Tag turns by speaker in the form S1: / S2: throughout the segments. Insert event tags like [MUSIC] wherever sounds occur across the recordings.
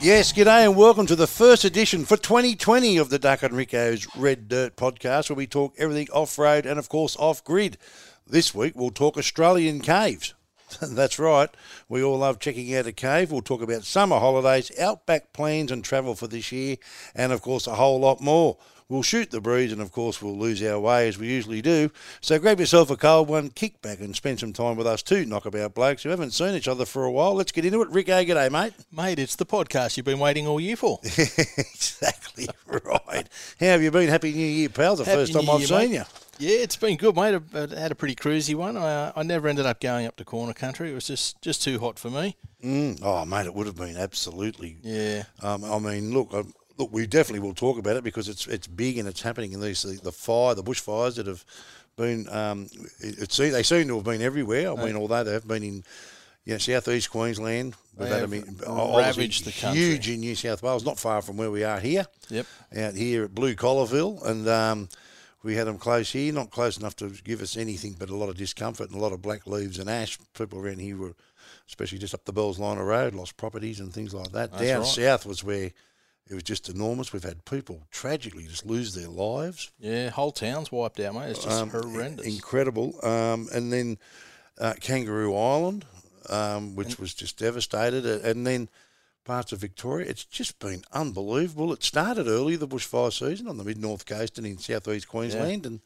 S1: Yes, g'day and welcome to the first edition for 2020 of the Duck and Rico's Red Dirt podcast, where we talk everything off road and, of course, off grid. This week we'll talk Australian caves. [LAUGHS] That's right, we all love checking out a cave. We'll talk about summer holidays, outback plans and travel for this year, and, of course, a whole lot more. We'll shoot the breeze and, of course, we'll lose our way as we usually do. So grab yourself a cold one, kick back, and spend some time with us two knockabout blokes who haven't seen each other for a while. Let's get into it. Rico, g'day, mate.
S2: Mate, it's the podcast you've been waiting all year
S1: [LAUGHS]
S2: for.
S1: exactly right. How have you been? Happy New Year, pal. The
S2: Happy
S1: first time
S2: New
S1: I've
S2: Year,
S1: seen
S2: mate.
S1: you.
S2: Yeah, it's been good, mate. I I had a pretty cruisy one. I, I never ended up going up to corner country. It was just, just too hot for me.
S1: Mm. [LAUGHS] Oh, mate, it would have been absolutely.
S2: Yeah.
S1: Um, I mean, look, um, look, we definitely will talk about it because it's it's big and it's happening in these the, the fire, the bushfires that have been. Um, it, it se- they seem to have been everywhere. I mean, although they have been in. you know, southeast Queensland, we've
S2: They
S1: had them
S2: have
S1: in, obviously
S2: ravaged the country.
S1: huge in New South Wales, not far from where we are here.
S2: Yep.
S1: out here at Blue Collarville, and um, we had them close here, not close enough to give us anything but a lot of discomfort and a lot of black leaves and ash. People around here were, especially just up the Bells Liner Road, lost properties and things like that.
S2: That's
S1: Down
S2: right.
S1: south was where it was just enormous. We've had people tragically just lose their lives.
S2: Yeah, whole town's wiped out, mate. It's just
S1: Um,
S2: horrendous.
S1: Incredible. Um, and then uh, Kangaroo Island, um, which was just devastated. A- And then parts of Victoria. It's just been unbelievable. It started early, the bushfire season, on the mid north coast and in southeast Queensland. And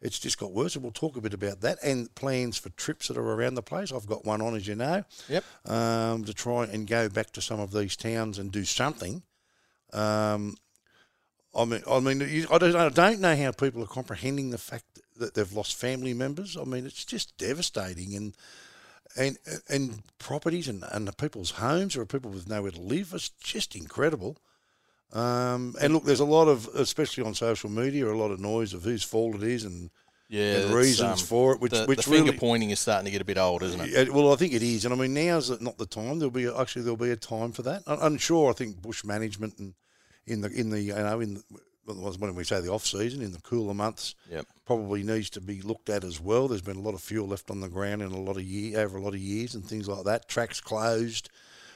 S1: it's just got worse. And we'll talk a bit about that and plans for trips that are around the place. I've got one on, as you know,
S2: yep.
S1: um, to try and go back to some of these towns and do something. Um, I mean, I mean, you- I don't, I don't know how people are comprehending the fact that they've lost family members. I mean, it's just devastating, and and and properties and, and the people's homes or people with nowhere to live. It's just incredible. Um, and look, there's a lot of, especially on social media, a lot of noise of whose fault it is and,
S2: Yeah.
S1: and
S2: that's,
S1: reasons
S2: um,
S1: for it, which
S2: the,
S1: which
S2: the
S1: really
S2: finger pointing is starting to get a bit old, isn't it?
S1: yeah, well, I think it is, and I mean now's not the time. There'll be actually there'll be a time for that. I- I'm sure. I think bush management and in the in the you know in the, well, when we say the off season in the cooler months
S2: Yep.
S1: probably needs to be looked at as well. There's been a lot of fuel left on the ground in a lot of year over a lot of years and things like that. Tracks closed,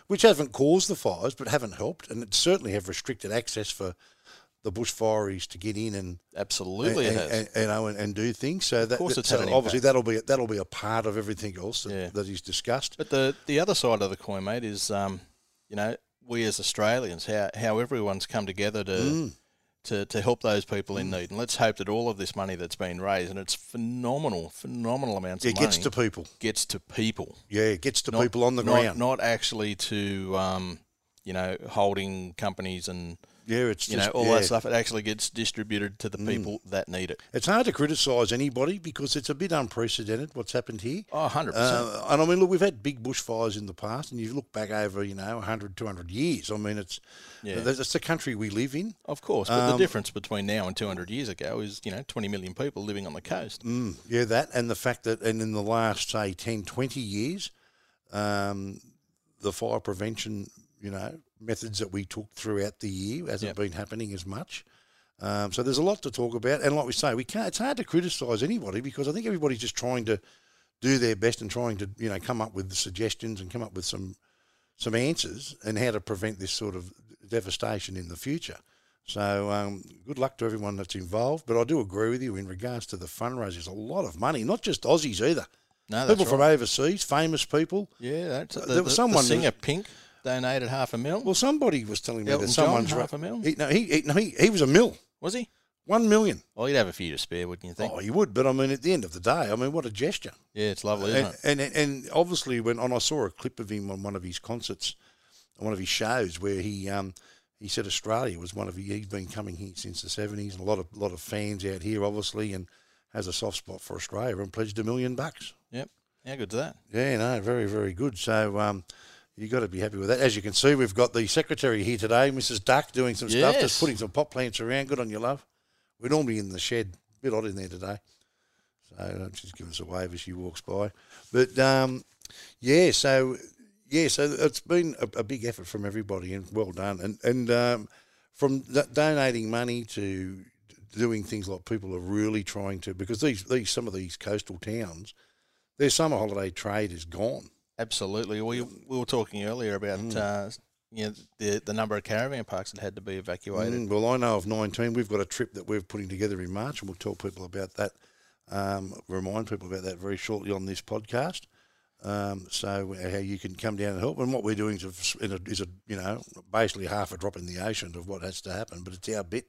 S1: which haven't caused the fires, but haven't helped, and it certainly have restricted access for the bushfireries to get in and
S2: Absolutely,
S1: and,
S2: it has.
S1: and- and, you know, and, and do things. So that,
S2: course
S1: that-
S2: it's had
S1: so
S2: an
S1: obviously that'll be that'll be a part of everything else that,
S2: Yeah.
S1: that is discussed.
S2: But the the other side of the coin, mate, is um, you know, we as Australians, how how everyone's come together to
S1: Mm.
S2: to, to help those people in need, and let's hope that all of this money that's been raised, and it's phenomenal, phenomenal amounts
S1: It
S2: of money,
S1: gets to people.
S2: gets to people,
S1: Yeah, it gets to
S2: not-
S1: people on the
S2: not,
S1: ground.
S2: not actually to um, you know, holding companies and
S1: yeah, it's
S2: you
S1: just,
S2: know all
S1: yeah. Mm.
S2: that stuff. It actually gets distributed to the people that need it.
S1: It's hard to criticise anybody because it's a bit unprecedented what's happened here.
S2: Oh, 100 percent.
S1: Uh, and I mean, look, we've had big bushfires in the past, and you look back over, you know, 100, 200 years. I mean, it's
S2: Yeah.
S1: that's that's the country we live in.
S2: Of course, but
S1: um,
S2: the difference between now and 200 years ago is, you know, 20 million people living on the coast.
S1: Mm, yeah, that and the fact that, and in the last say 10, 20 years, um, the fire prevention, you know, methods that we took throughout the year hasn't
S2: Yep.
S1: been happening as much. Um, so there's a lot to talk about, and like we say, we can't. It's hard to criticise anybody because I think everybody's just trying to do their best and trying to, you know, come up with suggestions and come up with some some answers and how to prevent this sort of devastation in the future. So um, good luck to everyone that's involved. But I do agree with you in regards to the fundraisers. A lot of money, not just Aussies either.
S2: No, that's
S1: people
S2: right.
S1: from overseas, famous people.
S2: Yeah, that's the,
S1: there
S2: the,
S1: was someone
S2: the singer Pink donated half a mil.
S1: Well, somebody was telling me
S2: Elton
S1: that
S2: John,
S1: someone's
S2: half a mil?
S1: He, no, he, he, no, he, he was a mill,
S2: was he?
S1: one million.
S2: Well, you'd have a few to spare, wouldn't you think?
S1: Oh, you would, but I mean, at the end of the day, I mean, what a gesture.
S2: yeah, it's lovely, isn't
S1: and,
S2: it?
S1: and and obviously when and I saw a clip of him on one of his concerts, on one of his shows where he um he said Australia was one of he- he's been coming here since the seventies and a lot of lot of fans out here obviously and has a soft spot for Australia and pledged a million bucks.
S2: Yep. How good's that?
S1: Yeah, no, very very good. So um. You got to be happy with that. As you can see, we've got the secretary here today, Mrs. Duck, doing some stuff, just
S2: Yes.
S1: putting some pot plants around. Good on you, love. We're normally in the shed, a bit odd in there today. So uh, she's giving us a wave as she walks by. But um, yeah, so yeah, so it's been a, a big effort from everybody, and well done. And and um, from d- donating money to doing things like people are really trying to because these these some of these coastal towns, their summer holiday trade is gone.
S2: Absolutely. We we were talking earlier about uh, you know, the the number of caravan parks that had to be evacuated.
S1: Mm, well, I know of 19. We've got a trip that we're putting together in March, and we'll tell people about that, um, remind people about that very shortly on this podcast. Um, so how you can come down and help, and what we're doing is a, is a, is a you know basically half a drop in the ocean of what has to happen, but it's our bit,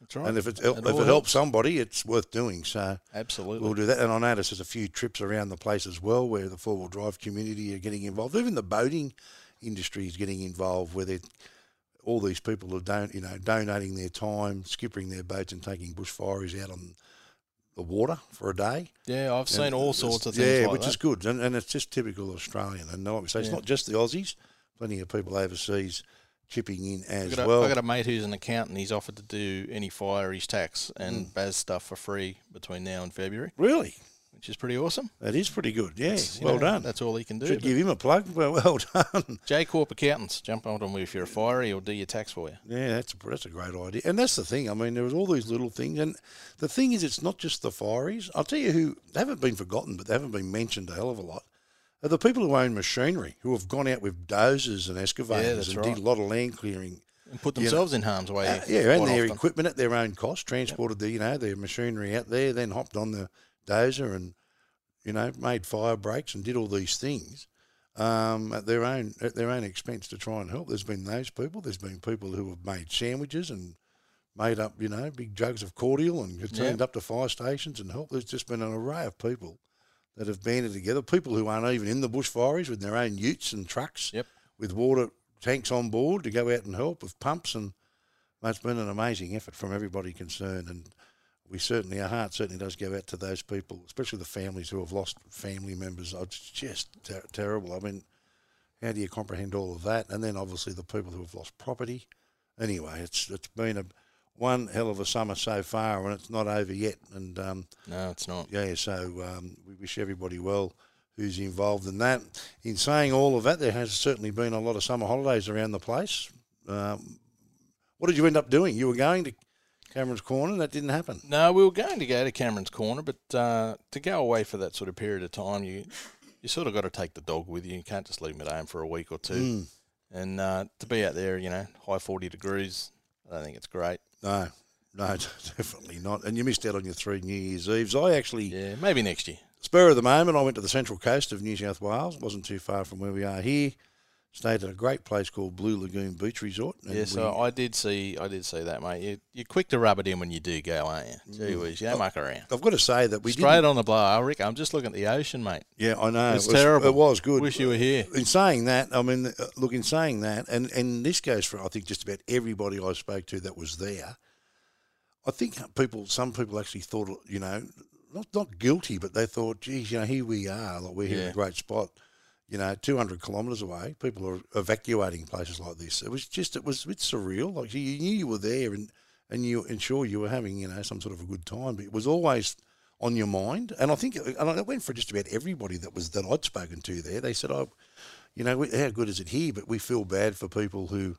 S2: That's right.
S1: and if it, if
S2: all
S1: it helps. somebody, it's worth doing. So
S2: absolutely.
S1: we'll do that, and I notice there's a few trips around the place as well where the four wheel drive community are getting involved, even the boating industry is getting involved, where they're all these people are don't you know donating their time, skippering their boats, and taking bushfires out on the water for a day.
S2: yeah, I've seen
S1: And
S2: all
S1: it's-
S2: sorts of things.
S1: Yeah,
S2: like
S1: which
S2: that.
S1: is good, and, and it's just typical Australian. And like we say, it's
S2: Yeah.
S1: not just the Aussies. Plenty of people overseas chipping in
S2: I've
S1: as
S2: got, a-
S1: well.
S2: I've got a mate who's an accountant. He's offered to do any fire, his tax, and Baz stuff for free between now and February,
S1: really,
S2: which is pretty awesome.
S1: that is pretty good. Yeah,
S2: It's, you
S1: well
S2: know,
S1: done.
S2: That's all he can do.
S1: Should
S2: but
S1: give him a plug. [LAUGHS] Well, well done.
S2: J Corp accountants, jump on them if you're a fiery, he'll do your tax for you.
S1: yeah, that's a, that's a great idea. And that's the thing. I mean, there was all these little things, and the thing is, it's not just the fireys. I'll tell you who they haven't been forgotten, but they haven't been mentioned a hell of a lot. Are the people who own machinery who have gone out with dozers and excavators
S2: that's
S1: and did
S2: right.
S1: a lot of land clearing
S2: And put themselves in harm's way.
S1: Uh, yeah, and
S2: quite
S1: their
S2: often.
S1: equipment at their own cost, transported the you know their machinery out there, then hopped on the dozer and you know made fire breaks and did all these things um, at their own at their own expense to try and help. There's been those people. There's been people who have made sandwiches and made up you know big jugs of cordial and have turned up to fire stations and helped. There's just been an array of people that have banded together. People who aren't even in the bushfires with their own utes and trucks
S2: Yep.
S1: with water tanks on board to go out and help with pumps and mate, it's been an amazing effort from everybody concerned and we certainly our heart certainly does go out to those people especially the families who have lost family members Oh, it's just ter- terrible i mean how do you comprehend all of that and then obviously the people who have lost property anyway it's it's been a one hell of a summer so far and it's not over yet and um,
S2: No, it's not.
S1: yeah, so um, we wish everybody well who's involved in that. In saying all of that, there has certainly been a lot of summer holidays around the place. Um, what did you end up doing? You were going to Cameron's Corner, and that didn't happen.
S2: No, we were going to go to Cameron's Corner, but uh, to go away for that sort of period of time, you you sort of got to take the dog with you. You can't just leave him at home for a week or two.
S1: Mm.
S2: And uh, to be out there, you know, high forty degrees, I don't think it's great.
S1: No, no, [LAUGHS] definitely not. And you missed out on your three New Year's Eves. I actually,
S2: Yeah, maybe next year.
S1: spur of the moment, I went to the central coast of New South Wales. wasn't too far from where we are here. Stayed at a great place called Blue Lagoon Beach Resort. and
S2: Yeah, so
S1: we-
S2: I did see, I did see that, mate. You, you're quick to rub it in when you do go, aren't you? Gee whiz, you don't muck around.
S1: I've got to say that Mm. Oh, we did.
S2: Straight on the blower, Rick. I'm just looking at the ocean, mate.
S1: Yeah, I know.
S2: It's
S1: it was,
S2: terrible.
S1: It was good.
S2: Wish you were here.
S1: in saying that, I mean, uh, look, in saying that, and, and this goes for, I think, just about everybody I spoke to that was there. I think people, some people actually thought, you know, not not guilty, but they thought, geez, you know, here we are, like we're here in a
S2: Yeah.
S1: great spot, you know, 200 kilometres away. People are evacuating places like this. It was just, it was a bit surreal. Like you you knew you were there and, and you, and sure, you were having, you know, some sort of a good time, but it was always on your mind. And I think, and it went for just about everybody that was, that I'd spoken to there. They said, oh, you know, we, how good is it here? But we feel bad for people who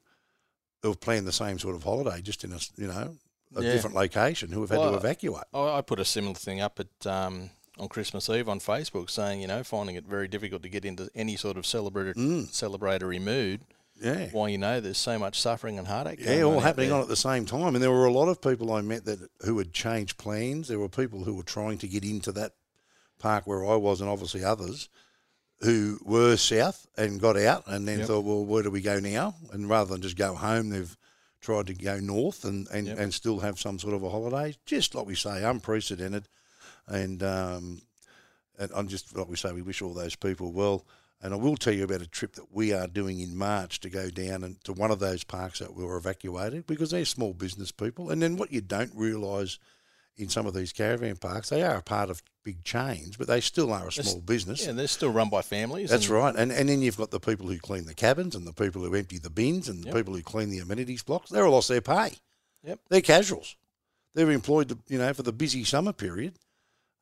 S1: who have planned the same sort of holiday, just in a s- you know a
S2: Yeah.
S1: different location, who have had
S2: Well,
S1: to evacuate.
S2: I, I put a similar thing up at um, on Christmas Eve on Facebook, saying you know finding it very difficult to get into any sort of celebratory celebratory mood.
S1: Mm. Yeah,
S2: While you know there's so much suffering and heartache.
S1: yeah,
S2: going
S1: all
S2: out
S1: happening
S2: there.
S1: on at the same time. And there were a lot of people I met that who had changed plans. There were people who were trying to get into that park where I was, and obviously others who were south and got out, and then
S2: Yep.
S1: thought, well, where do we go now? And rather than just go home, they've tried to go north and and,
S2: Yep.
S1: and still have some sort of a holiday, just like we say, unprecedented. and um, and I'm just like we say, we wish all those people well. And I will tell you about a trip that we are doing in March to go down and to one of those parks that were evacuated because they're small business people. And then what you don't realise in some of these caravan parks, they are a part of big chains, but they still are a small business.
S2: Yeah, they're still run by families.
S1: That's
S2: and
S1: right. And and then you've got the people who clean the cabins and the people who empty the bins and the
S2: Yep.
S1: people who clean the amenities blocks. They're all lost their pay.
S2: Yep.
S1: They're casuals. They're employed, to, you know, for the busy summer period,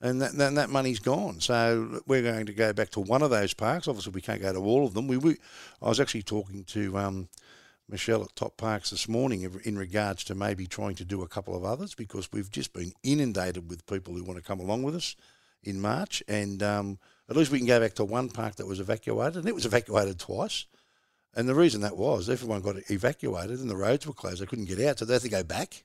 S1: and that, that that money's gone. So we're going to go back to one of those parks. Obviously, we can't go to all of them. We, we I was actually talking to um, Michelle at Top Parks this morning in regards to maybe trying to do a couple of others because we've just been inundated with people who want to come along with us in March, and um, at least we can go back to one park that was evacuated, and it was evacuated twice, And the reason that was everyone got evacuated and the roads were closed. They couldn't get out, so they had to go
S2: [LAUGHS]
S1: back.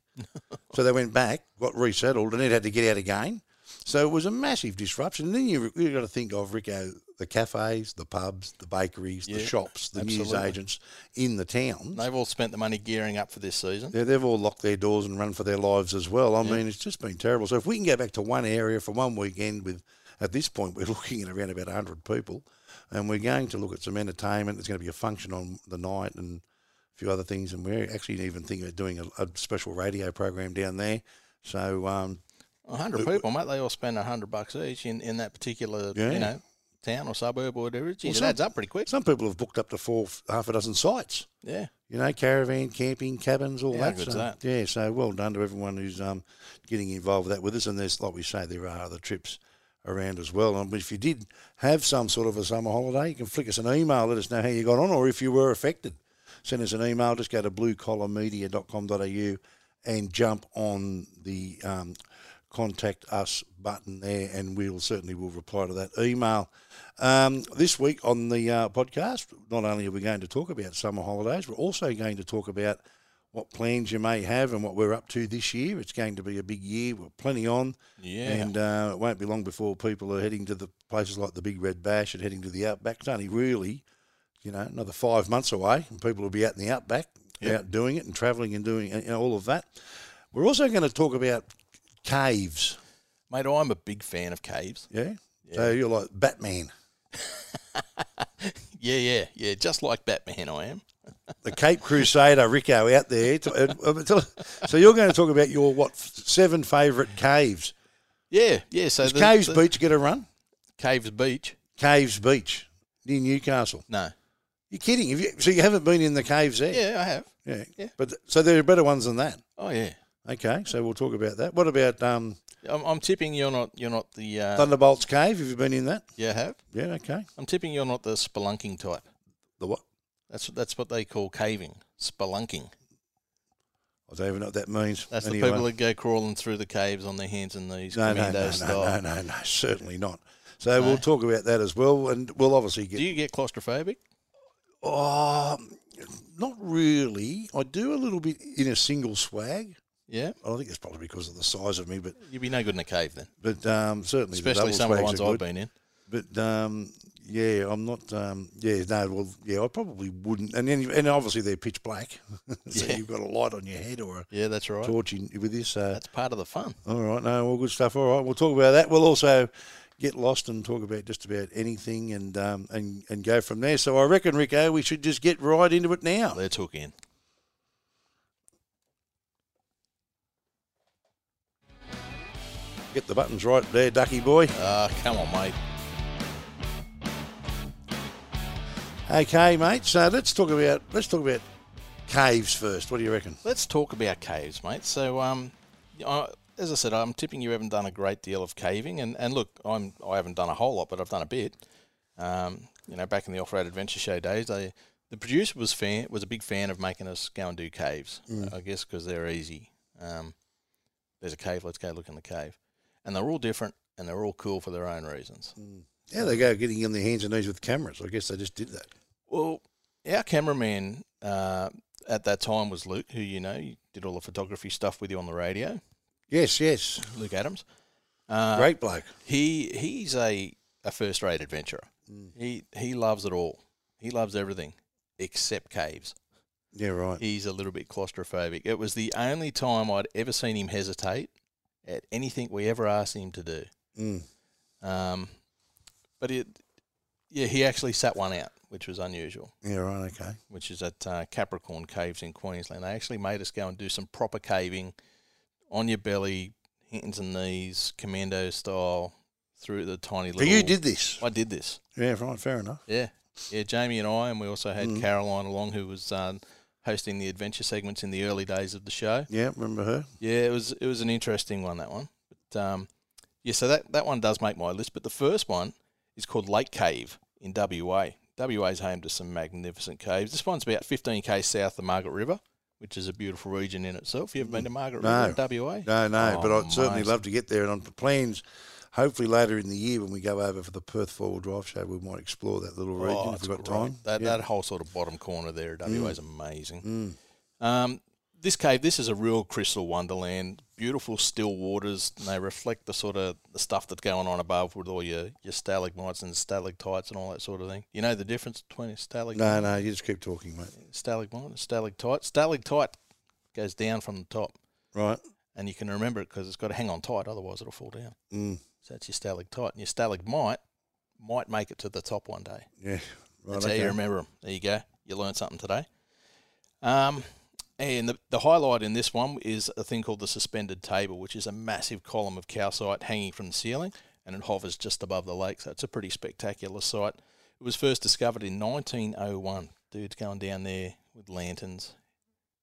S1: so they went back, got resettled, and then had to get out again. So it was a massive disruption. And then you you got to think of Rico, the cafes, the pubs, the bakeries, the
S2: Yeah,
S1: shops, the news
S2: absolutely.
S1: agents in the town.
S2: They've all spent the money gearing up for this season.
S1: Yeah, they've all locked their doors and run for their lives as well. I mean, it's just been terrible. So if we can go back to one area for one weekend with, at this point, [LAUGHS] we're looking at around about 100 people, and we're going to look at some entertainment. There's going to be a function on the night and a few other things, and we're actually even thinking of doing a, a special radio program down there. So um,
S2: A 100 people, mate, they all spend a 100 bucks each in, in that particular,
S1: Yeah.
S2: you know, town or suburb or whatever. Geez,
S1: some-
S2: it adds up pretty quick.
S1: some people have booked up to four, half a dozen sites.
S2: Yeah.
S1: you know, caravan camping, cabins, all
S2: Yeah, how
S1: that.
S2: good's
S1: so,
S2: that?
S1: Yeah, so well done to everyone who's um, getting involved with that with us. And there's, like we say, there are other trips around as well. And if you did have some sort of a summer holiday, you can flick us an email, let us know how you got on, or if you were affected, send us an email. Just go to bluecollarmedia.com.au and jump on the um, contact us button there, and we'll certainly will reply to that email. Um, this week on the uh, podcast, not only are we going to talk about summer holidays, we're also going to talk about what plans you may have and what we're up to this year. It's going to be a big year. We're plenty on.
S2: Yeah.
S1: And uh, it won't be long before people are heading to the places like the Big Red Bash and heading to the Outback. It's only really, you know, another five months away, and people will be out in the Outback, out doing it and travelling and doing and, and all of that. We're also going to talk about caves.
S2: Mate, I'm a big fan of caves.
S1: Yeah. So you're like Batman.
S2: Yeah, yeah, yeah. Just like Batman, I am.
S1: the Cape Crusader, Rico, out there. To, uh, tell- so you're going to talk about your what f- seven favourite caves?
S2: Yeah, yeah. So
S1: Does
S2: the,
S1: Caves
S2: the-
S1: Beach get a run?
S2: Caves Beach.
S1: Caves Beach near Newcastle.
S2: No.
S1: You're kidding? Have you, so you haven't been in the caves there?
S2: Yeah, I have.
S1: yeah.
S2: yeah.
S1: But th- so there are better ones than that.
S2: Oh yeah.
S1: Okay, so we'll talk about that. What about um,
S2: I'm, I'm tipping you're not you're not the uh,
S1: Thunderbolt's Cave? Have you been in that?
S2: yeah I have.
S1: Yeah. Okay.
S2: I'm tipping you're not the spelunking type.
S1: The what?
S2: That's that's what they call caving, spelunking.
S1: I don't even know what that means.
S2: That's
S1: Anyway.
S2: the people that go crawling through the caves on their hands and knees,
S1: no, no,
S2: commando
S1: no,
S2: style.
S1: no, no, no, no, certainly not. So we'll talk about that as well, and we'll obviously get
S2: Do you get claustrophobic?
S1: Um, not really. I do a little bit in a single swag.
S2: Yeah,
S1: I think it's probably because of the size of me, but
S2: you'd be no good in a cave then,
S1: but um, certainly
S2: especially
S1: the double
S2: some of the
S1: swags
S2: ones
S1: are
S2: I've
S1: good.
S2: been in.
S1: But um, yeah, I'm not. Um, yeah, no. Well, yeah, I probably wouldn't. And then, and obviously they're pitch black, [LAUGHS] so
S2: Yeah.
S1: you've got a light on your head or a
S2: Yeah, that's right.
S1: torch in, with this. Uh,
S2: That's part of the fun.
S1: all right, no, all good stuff. All right, we'll talk about that. We'll also get lost and talk about just about anything and um, and and go from there. So I reckon, Rico, we should just get right into it now.
S2: Let's hook in.
S1: Get the buttons right there, Ducky boy.
S2: Ah, come on, mate.
S1: Okay, mate. So let's talk about let's talk about caves first. What do you reckon?
S2: Let's talk about caves, mate. So, um, I, as I said, I'm tipping you haven't done a great deal of caving, and, and look, I'm I haven't done a whole lot, but I've done a bit. Um, you know, back in the off-road adventure show days, they, the producer was fan was a big fan of making us go and do caves. I guess because they're easy. Um, there's a cave. Let's go look in the cave, and they're all different, and they're all cool for their own reasons.
S1: Yeah, they go getting on their hands and knees with cameras. I guess they just did that.
S2: Well, our cameraman uh, at that time was Luke, who you know you did all the photography stuff with you on the radio.
S1: Yes, yes.
S2: Luke Adams. Uh,
S1: Great bloke.
S2: he he's a, a first rate adventurer. He he loves it all. He loves everything except caves.
S1: Yeah, right.
S2: He's a little bit claustrophobic. It was the only time I'd ever seen him hesitate at anything we ever asked him to do.
S1: Mm.
S2: Um, but it, yeah, he actually sat one out, which was unusual.
S1: Yeah, right. Okay.
S2: Which is at uh, Capricorn Caves in Queensland. They actually made us go and do some proper caving, on your belly, hands and knees, commando style, through the tiny
S1: So
S2: little.
S1: you did this.
S2: I did this.
S1: Yeah, right. Fair enough.
S2: Yeah, yeah. Jamie and I, and we also had
S1: Mm.
S2: Caroline along, who was um, hosting the adventure segments in the early days of the show.
S1: Yeah, remember her?
S2: Yeah, it was it was an interesting one that one. But um, yeah, so that that one does make my list. But the first one is called Lake Cave in WA. WA's home to some magnificent caves. This one's about 15 k south of Margaret River, which is a beautiful region in itself. You ever been to Margaret
S1: No.
S2: River in WA?
S1: No, no.
S2: Oh,
S1: but I'd certainly
S2: mate.
S1: love to get there. And on the plans hopefully later in the year when we go over for the Perth four wheel drive show, we might explore that little region
S2: Oh,
S1: if
S2: it's
S1: we've got
S2: great.
S1: time.
S2: That,
S1: Yeah.
S2: that whole sort of bottom corner there at WA is
S1: Mm.
S2: amazing. Um, this cave, this is a real crystal wonderland. Beautiful still waters. And they reflect the sort of the stuff that's going on above with all your, your stalagmites and stalactites and all that sort of thing. You know the difference between a stalag,
S1: No, no, you just keep talking, mate.
S2: stalagmite and stalactite? Stalactite goes down from the top,
S1: Right?
S2: and you can remember it because it's got to hang on tight, otherwise it'll fall down.
S1: Mm,
S2: So that's your stalactite, and your stalagmite might make it to the top one day.
S1: yeah. Right,
S2: That's how
S1: okay.
S2: you remember them. There you go. You learned something today. Um, and the, the highlight in this one is a thing called the suspended table, which is a massive column of calcite hanging from the ceiling, and it hovers just above the lake. So it's a pretty spectacular sight. It was first discovered in 1901. Dude's going down there with lanterns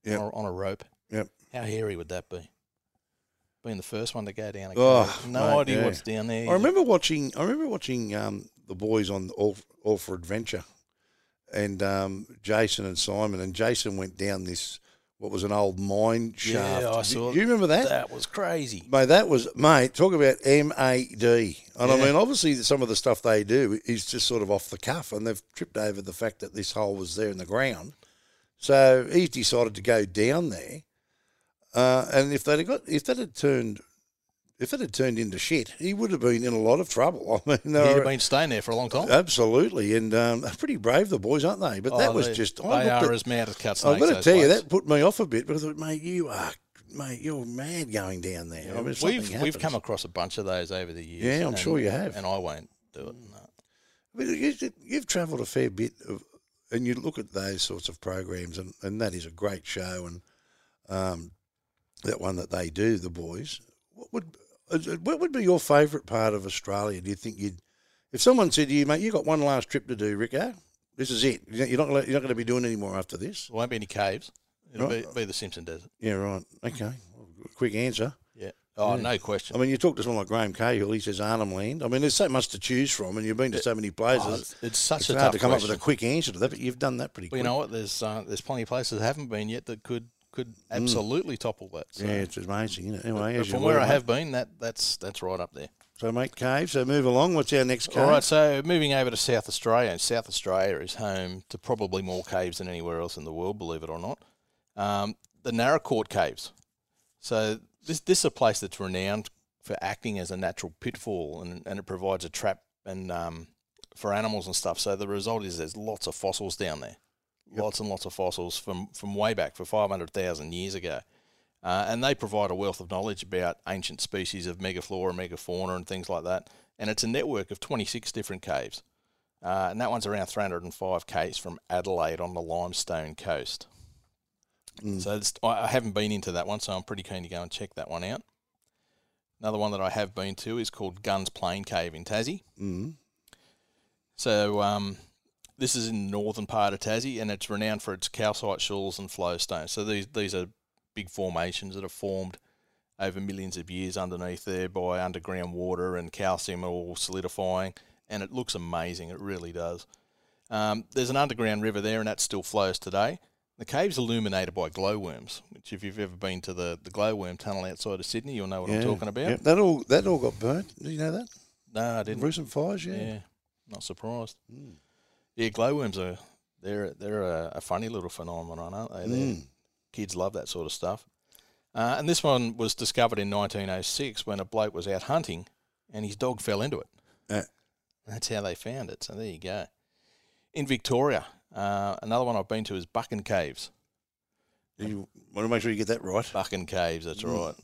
S1: Yep.
S2: on, a, on a rope.
S1: Yep.
S2: How hairy would that be? Being the first one to go down. A
S1: Oh,
S2: cave. no
S1: mate,
S2: idea
S1: yeah.
S2: what's down there.
S1: I remember watching. I remember watching um, the boys on All, All for Adventure, and um, Jason and Simon. And Jason went down this what was an old mine shaft.
S2: I
S1: Do-
S2: saw
S1: Do you remember that?
S2: that was crazy.
S1: Mate, that was mate. Talk about M A D, and I
S2: Yeah.
S1: mean, obviously, some of the stuff they do is just sort of off the cuff, and they've tripped over the fact that this hole was there in the ground. So he's decided to go down there, uh, and if they'd have got, if that had turned, if it had turned into shit, he would have been in a lot of trouble. [LAUGHS] I mean, they
S2: He'd
S1: were-
S2: have been staying there for a long time.
S1: absolutely, and um, they're pretty brave the boys, aren't they? But that
S2: Oh,
S1: was
S2: they-
S1: just.
S2: They
S1: I looked
S2: are
S1: at-
S2: as mad as cut snakes.
S1: I've got to
S2: those
S1: tell you
S2: blokes.
S1: that put me off a bit because I thought, mate, you are, mate, you're mad going down there. I mean, if something
S2: we've we've
S1: happens-
S2: come across a bunch of those over the years.
S1: Yeah, I'm
S2: and-
S1: sure you have.
S2: And I won't do it. No.
S1: But you, you- you've travelled a fair bit, of, and you look at those sorts of programs, and, and that is a great show. And um, that one that they do, the boys. What would is it- what would be your favourite part of Australia? Do you think you'd, if someone said to you, mate, you got one last trip to do, Rico, this is it. You're not gonna- you're not going to be doing any more after this.
S2: There won't be any caves. It'll
S1: Right.
S2: be, be the Simpson Desert.
S1: Yeah, right. Okay. Quick answer.
S2: Yeah. Oh, no question.
S1: I mean, you talk to someone like Graham Cahill. He says Arnhem Land. I mean, there's so much to choose from, and you've been to so many places.
S2: Oh,
S1: it's
S2: it's, it's such a
S1: hard
S2: tough
S1: to come
S2: question.
S1: up with a quick answer to that, but you've done that pretty.
S2: Well,
S1: quick.
S2: you know what? There's uh, there's plenty of places that haven't been yet that could could absolutely topple that. So.
S1: Mm. Yeah, it's amazing, isn't it? Anyway, as
S2: From
S1: you
S2: where
S1: were,
S2: I
S1: mate.
S2: have been, that that's that's right up there.
S1: So, mate, cave. So, move along. What's our next cave?
S2: All right, so moving over to South Australia, and South Australia is home to probably more caves than anywhere else in the world, believe it or not. Um, the Narracourt Caves. So this this is a place that's renowned for acting as a natural pitfall, and, and it provides a trap and um, for animals and stuff. So the result is there's lots of fossils down there, lots and lots of fossils from from way back for five hundred thousand years ago. Uh, and they provide a wealth of knowledge about ancient species of megaflora, megafauna, and things like that. And it's a network of 26 different caves. Uh, and that one's around 305 k's from Adelaide on the limestone coast. So it's, I I haven't been into that one, so I'm pretty keen to go and check that one out. Another one that I have been to is called Guns Plain Cave in Tassie.
S1: Mm.
S2: So um, this is in the northern part of Tassie, and it's renowned for its calcite shoals and flowstones. So these these are big formations that have formed over millions of years underneath there by underground water and calcium all solidifying, and it looks amazing. It really does. Um, there's an underground river there, and that still flows today. The cave's illuminated by glowworms, which if you've ever been to the, the glowworm tunnel outside of Sydney, you'll know what
S1: Yeah,
S2: I'm talking about.
S1: yep. That all that all got burnt. Did you know that?
S2: No, I didn't.
S1: Recent fires. Yeah. Mm.
S2: Yeah, not surprised. Yeah, glowworms are they're they're a, a funny little phenomenon, aren't they? They're-
S1: Mm.
S2: Kids love that sort of stuff. Uh, and this one was discovered in 1906 when a bloke was out hunting and his dog fell into it.
S1: Yeah.
S2: That's how they found it. So there you go. In Victoria, uh, another one I've been to is Buchan Caves.
S1: Mm. You want to make sure you get that right.
S2: Buchan Caves, that's right.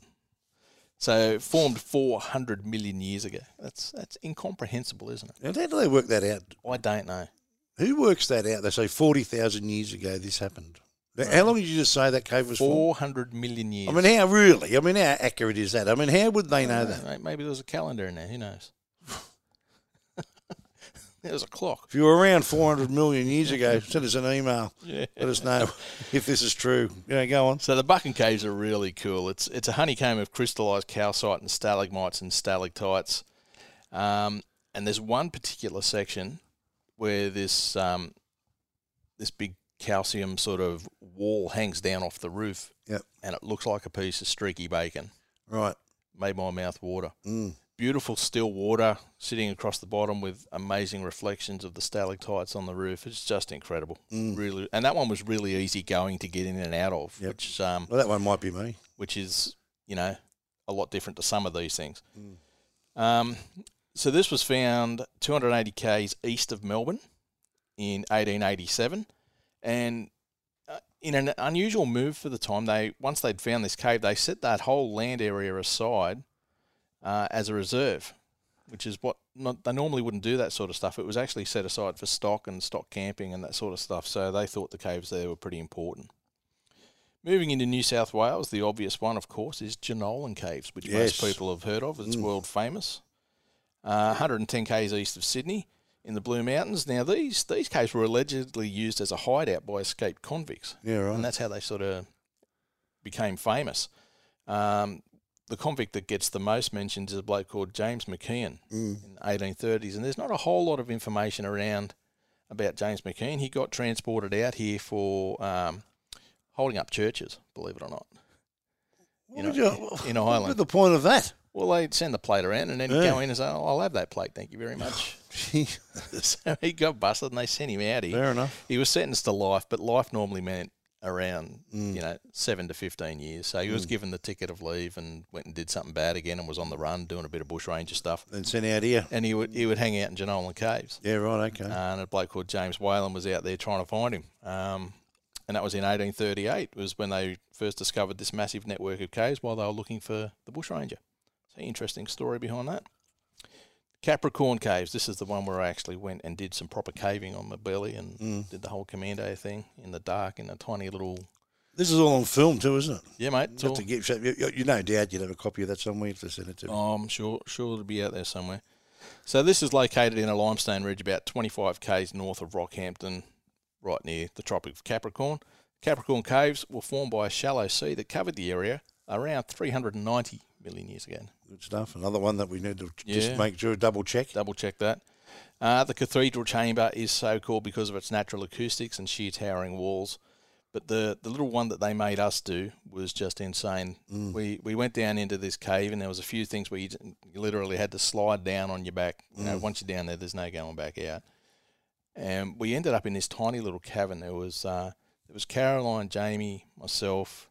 S2: So formed 400 million years ago. That's that's incomprehensible, isn't it?
S1: Now, how do they work that out?
S2: I don't know.
S1: Who works that out? They say forty thousand years ago this happened. Now, How long did you just say that cave was formed?
S2: 400 million years.
S1: I mean, how really? I mean, how accurate is that? I mean, how would they know
S2: Dunno,
S1: that?
S2: mate. Maybe there was a calendar in there. Who knows? [LAUGHS] there was a clock.
S1: If you were around four hundred million years ago, send us an email.
S2: [LAUGHS] Yeah.
S1: Let us know if this is true. Yeah, go on.
S2: So the Buchan Caves are really cool. It's it's a honeycomb of crystallized calcite and stalagmites and stalactites. Um, and there's one particular section where this um, this big calcium sort of wall hangs down off the roof,
S1: Yep.
S2: and it looks like a piece of streaky bacon.
S1: Right.
S2: Made my mouth water.
S1: Mm.
S2: beautiful still water sitting across the bottom with amazing reflections of the stalactites on the roof. It's just incredible,
S1: mm.
S2: really. And that one was really easy going to get in and out of,
S1: Yep.
S2: which um,
S1: Well, that one might be me.
S2: which is you know a lot different to some of these things. Um, so this was found 280 k's east of Melbourne in 1887, and uh, in an unusual move for the time, they once they'd found this cave, they set that whole land area aside uh, as a reserve, which is what not, they normally wouldn't do that sort of stuff. It was actually set aside for stock and stock camping and that sort of stuff. So they thought the caves there were pretty important. Moving into New South Wales, the obvious one, of course, is Janolan Caves, which
S1: Yes.
S2: most people have heard of. It's world famous. Uh, 110 k's east of Sydney, in the Blue Mountains. Now these these caves were allegedly used as a hideout by escaped convicts
S1: Yeah, right.
S2: and that's how they sort of became famous. Um, the convict that gets the most mentions is a bloke called James McKeon
S1: Mm.
S2: in the 1830s, and there's not a whole lot of information around about James McKeon. He got transported out here for um, holding up churches, believe it or not,
S1: What
S2: know,
S1: would you- [LAUGHS]
S2: in
S1: What
S2: Ireland.
S1: the point of that?
S2: Well, they'd send the plate around, and then he'd
S1: Yeah.
S2: go in and say, oh, "I'll have that plate, thank you very much." [LAUGHS] so he got busted, and they sent him out here.
S1: Fair enough.
S2: He was sentenced to life, but life normally meant around you know seven to fifteen years. So he was given the ticket of leave and went and did something bad again, and was on the run doing a bit of bushranger stuff.
S1: Then sent out here.
S2: And he would he would hang out in Janolan Caves,
S1: Yeah, right. Okay.
S2: Uh, and a bloke called James Whalen was out there trying to find him. Um, and that was in 1838, was when they first discovered this massive network of caves while they were looking for the bushranger. So interesting story behind that. Capricorn Caves. This is the one where I actually went and did some proper caving on my belly and did the whole commando thing in the dark in a tiny little.
S1: this is all on film too, isn't it?
S2: Yeah, mate. it's
S1: Not
S2: all-
S1: to get, you, you- you no doubt you'd have a copy of that somewhere if they sent it to me.
S2: Oh, I'm sure sure it'll be out there somewhere. So this is located in a limestone ridge about 25 k's north of Rockhampton, right near the Tropic of Capricorn. Capricorn Caves were formed by a shallow sea that covered the area around 390 million years ago.
S1: Good stuff. Another one that we need to just
S2: Yeah.
S1: make sure double check.
S2: Double check that. Uh, the cathedral chamber is so called because of its natural acoustics and sheer towering walls. But the, the little one that they made us do was just insane. We we went down into this cave and there was a few things where you, didn't- you literally had to slide down on your back. You know, once you're down there, there's no going back out. And we ended up in this tiny little cavern. There was uh, there was Caroline, Jamie, myself,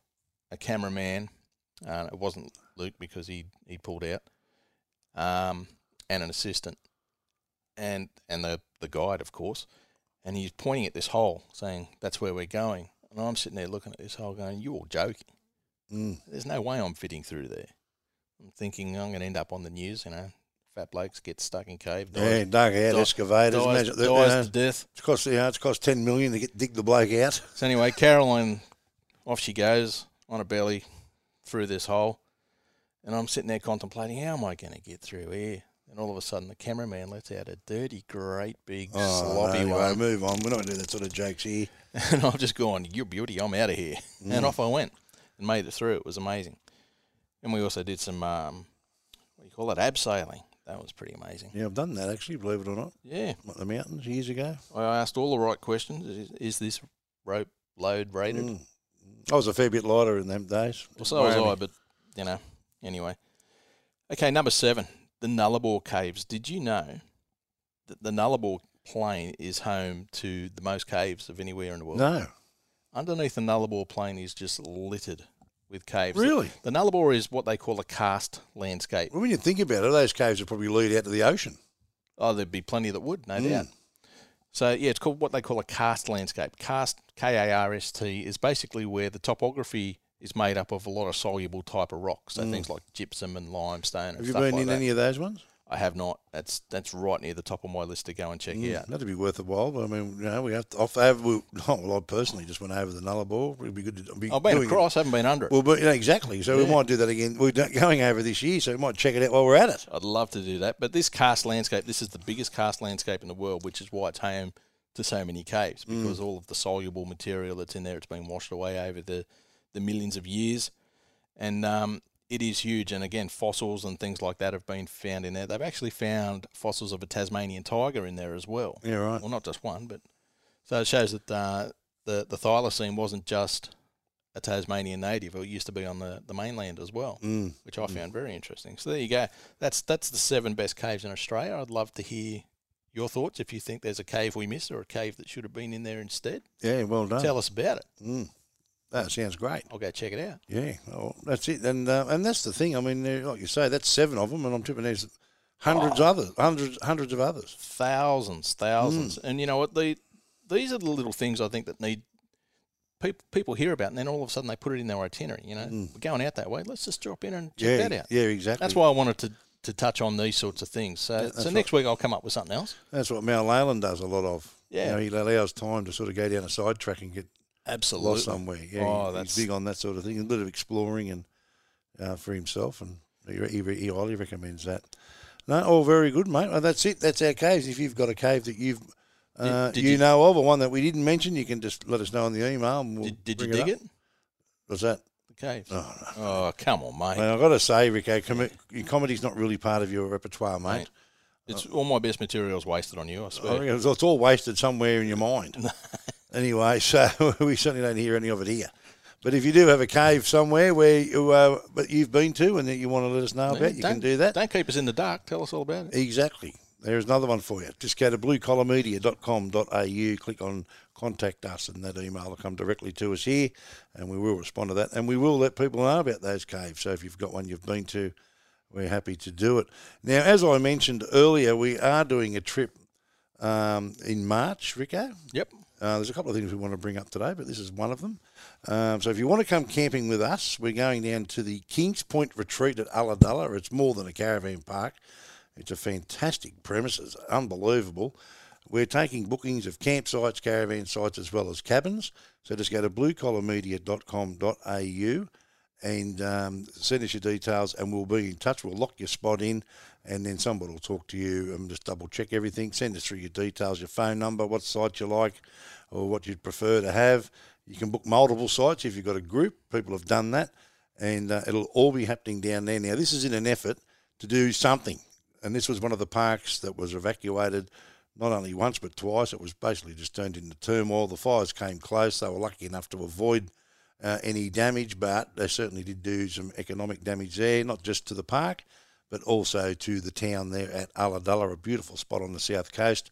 S2: a cameraman. Uh, it wasn't Luke because he he pulled out, um, and an assistant, and and the the guide, of course. And he's pointing at this hole, saying, "That's where we're going." And I'm sitting there looking at this hole, going, "You're all joking.
S1: Mm.
S2: There's no way I'm fitting through there." I'm thinking I'm going to end up on the news, you know. Fat blokes get stuck in cave,
S1: Yeah,
S2: dies,
S1: dug out
S2: dies-
S1: excavators.
S2: dies,
S1: Imagine- you know,
S2: dies to death.
S1: it's cost you know, it's cost ten million to get dig the bloke out.
S2: [LAUGHS] So anyway, Caroline, off she goes on her belly through this hole, and I'm sitting there contemplating how am I going to get through here. And all of a sudden, the cameraman lets out a dirty, great big sloppy
S1: Oh, no, anyway,
S2: one,
S1: move on. We're not doing that sort of jokes here.
S2: [LAUGHS]
S1: Mm.
S2: and I've just gone, "You're beauty, I'm out of here," and off I went and made it through. It was amazing, and we also did some um, what do you call it, abseiling. That was pretty amazing.
S1: Yeah, I've done that actually. Believe it or not,
S2: Yeah,
S1: up the mountains years ago.
S2: I asked all the right questions. Is, is this rope load rated?
S1: I was a fair bit lighter in them days.
S2: Mm. Well, so was
S1: Wyoming.
S2: I, but you know, anyway. Okay, number seven, the Nullarbor Caves. Did you know that the Nullarbor Plain is home to the most caves of anywhere in the world?
S1: No,
S2: Underneath the Nullarbor Plain is just littered with caves.
S1: Really?
S2: The Nullarbor is what they call a karst landscape.
S1: well, when you think about it, those caves would probably lead out to the ocean.
S2: Oh, there'd be plenty that would, no
S1: Mm.
S2: doubt. So yeah, it's called what they call a karst landscape. Karst, K A R S T, is basically where the topography is made up of a lot of soluble type of rocks. So things like gypsum and limestone. And
S1: Mm. Have you
S2: stuff
S1: been
S2: like
S1: in
S2: that.
S1: any of those ones?
S2: I have not. That's that's right near the top of my list to go and check out.
S1: Mm. that'd be worth a while. But I mean, you know, we have to. Off, have, we, [LAUGHS] oh, well, I personally just went over the Nullarbor. It'd be good to be.
S2: I've been
S1: doing it.
S2: across, haven't been under it.
S1: Well, but yeah, exactly. So we might do that again. We're do- going over this year, so we might check it out while we're at it.
S2: I'd love to do that. But this karst landscape, this is the biggest karst landscape in the world, which is why it's home to so many caves because all of the soluble material that's in there, it's been washed away over the, the millions of years. And um, it is huge. And again, fossils and things like that have been found in there. They've actually found fossils of a Tasmanian tiger in there as well.
S1: Yeah, right.
S2: Well, not just one, but so it shows that uh, the, the thylacine wasn't just a Tasmanian native who used to be on the, the mainland as well, mm. which I found very interesting. So there you go. That's that's the seven best caves in Australia. I'd love to hear your thoughts if you think there's a cave we missed or a cave that should have been in there instead.
S1: Yeah, well done. Mm.
S2: Tell us about it.
S1: that sounds great.
S2: I'll go check it out.
S1: Yeah, well, that's it. And uh, and that's the thing. I mean, there- like you say, that's seven of them, and I'm tipping there's hundreds others, hundreds, hundreds of others.
S2: Thousands, thousands,
S1: Mm.
S2: and you know what? The these are the little things I think that need people people hear about, and then all of a sudden they put it in their itinerary. You know, we're going out that way. Let's just drop in and check
S1: Mm. yeah,
S2: that out.
S1: yeah, exactly.
S2: That's why I wanted to, to touch on these sorts of things. So, so next week I'll come up with something else.
S1: That's what Mount Leyland does a lot of.
S2: Yeah.
S1: You know, he allows time to sort of go down a side track and get
S2: Absolutely.
S1: lost somewhere. Yeah,
S2: Oh,
S1: he-
S2: that's-
S1: he's big on that sort of thing, a bit of exploring and uh, for himself, and he, re- he, re- he highly recommends that. No, all very good, mate. Well, that's it. That's our caves. If you've got a cave that you've uh,
S2: did
S1: you,
S2: you-
S1: know of, or one that we didn't mention, you can just let us know on the email. And we'll
S2: Did, did you
S1: bring
S2: dig
S1: up.
S2: it?
S1: What's that?
S2: The caves. Oh, come on, mate.
S1: Man, I've got to say, Rico, com- comedy's not really part of your repertoire, mate.
S2: Mate, It's
S1: Oh.
S2: all my best materials wasted on you. I
S1: I
S2: swear.
S1: reckon it's, it's all wasted somewhere in your
S2: [LAUGHS]
S1: mind. anyway, so [LAUGHS] we certainly don't hear any of it here. But if you do have a cave somewhere where you, uh, but you've been to and that you want to let us know about, you
S2: Don't-
S1: can do that.
S2: Don't keep us in the dark. Tell us all about it.
S1: Exactly. There's another one for you. Just go to bluecollarmedia.com.au, click on contact us, and that email will come directly to us here, and we will respond to that. And we will let people know about those caves. So if you've got one you've been to, we're happy to do it. Now, as I mentioned earlier, we are doing a trip um, in March, Rico.
S2: Yep.
S1: Uh, there's a couple of things we want to bring up today, but this is one of them. Um, so if you want to come camping with us, we're going down to the Kings Point Retreat at Ulladulla. It's more than a caravan park. It's a fantastic premises, unbelievable. We're taking bookings of campsites, caravan sites, as well as cabins. So just go to bluecollarmedia.com.au and um, send us your details, and we'll be in touch. We'll lock your spot in, and then somebody will talk to you and just double check everything. Send us through your details, your phone number, what site you like, or what you'd prefer to have. You can book multiple sites if you've got a group. People have done that, and uh, it'll all be happening down there. Now, this is in an effort to do something, and this was one of the parks that was evacuated. Not only once but twice, it was basically just turned into turmoil. The fires came close. They were lucky enough to avoid uh, any damage, but they certainly did do some economic damage there, not just to the park, but also to the town there at Ulladulla, a beautiful spot on the south coast.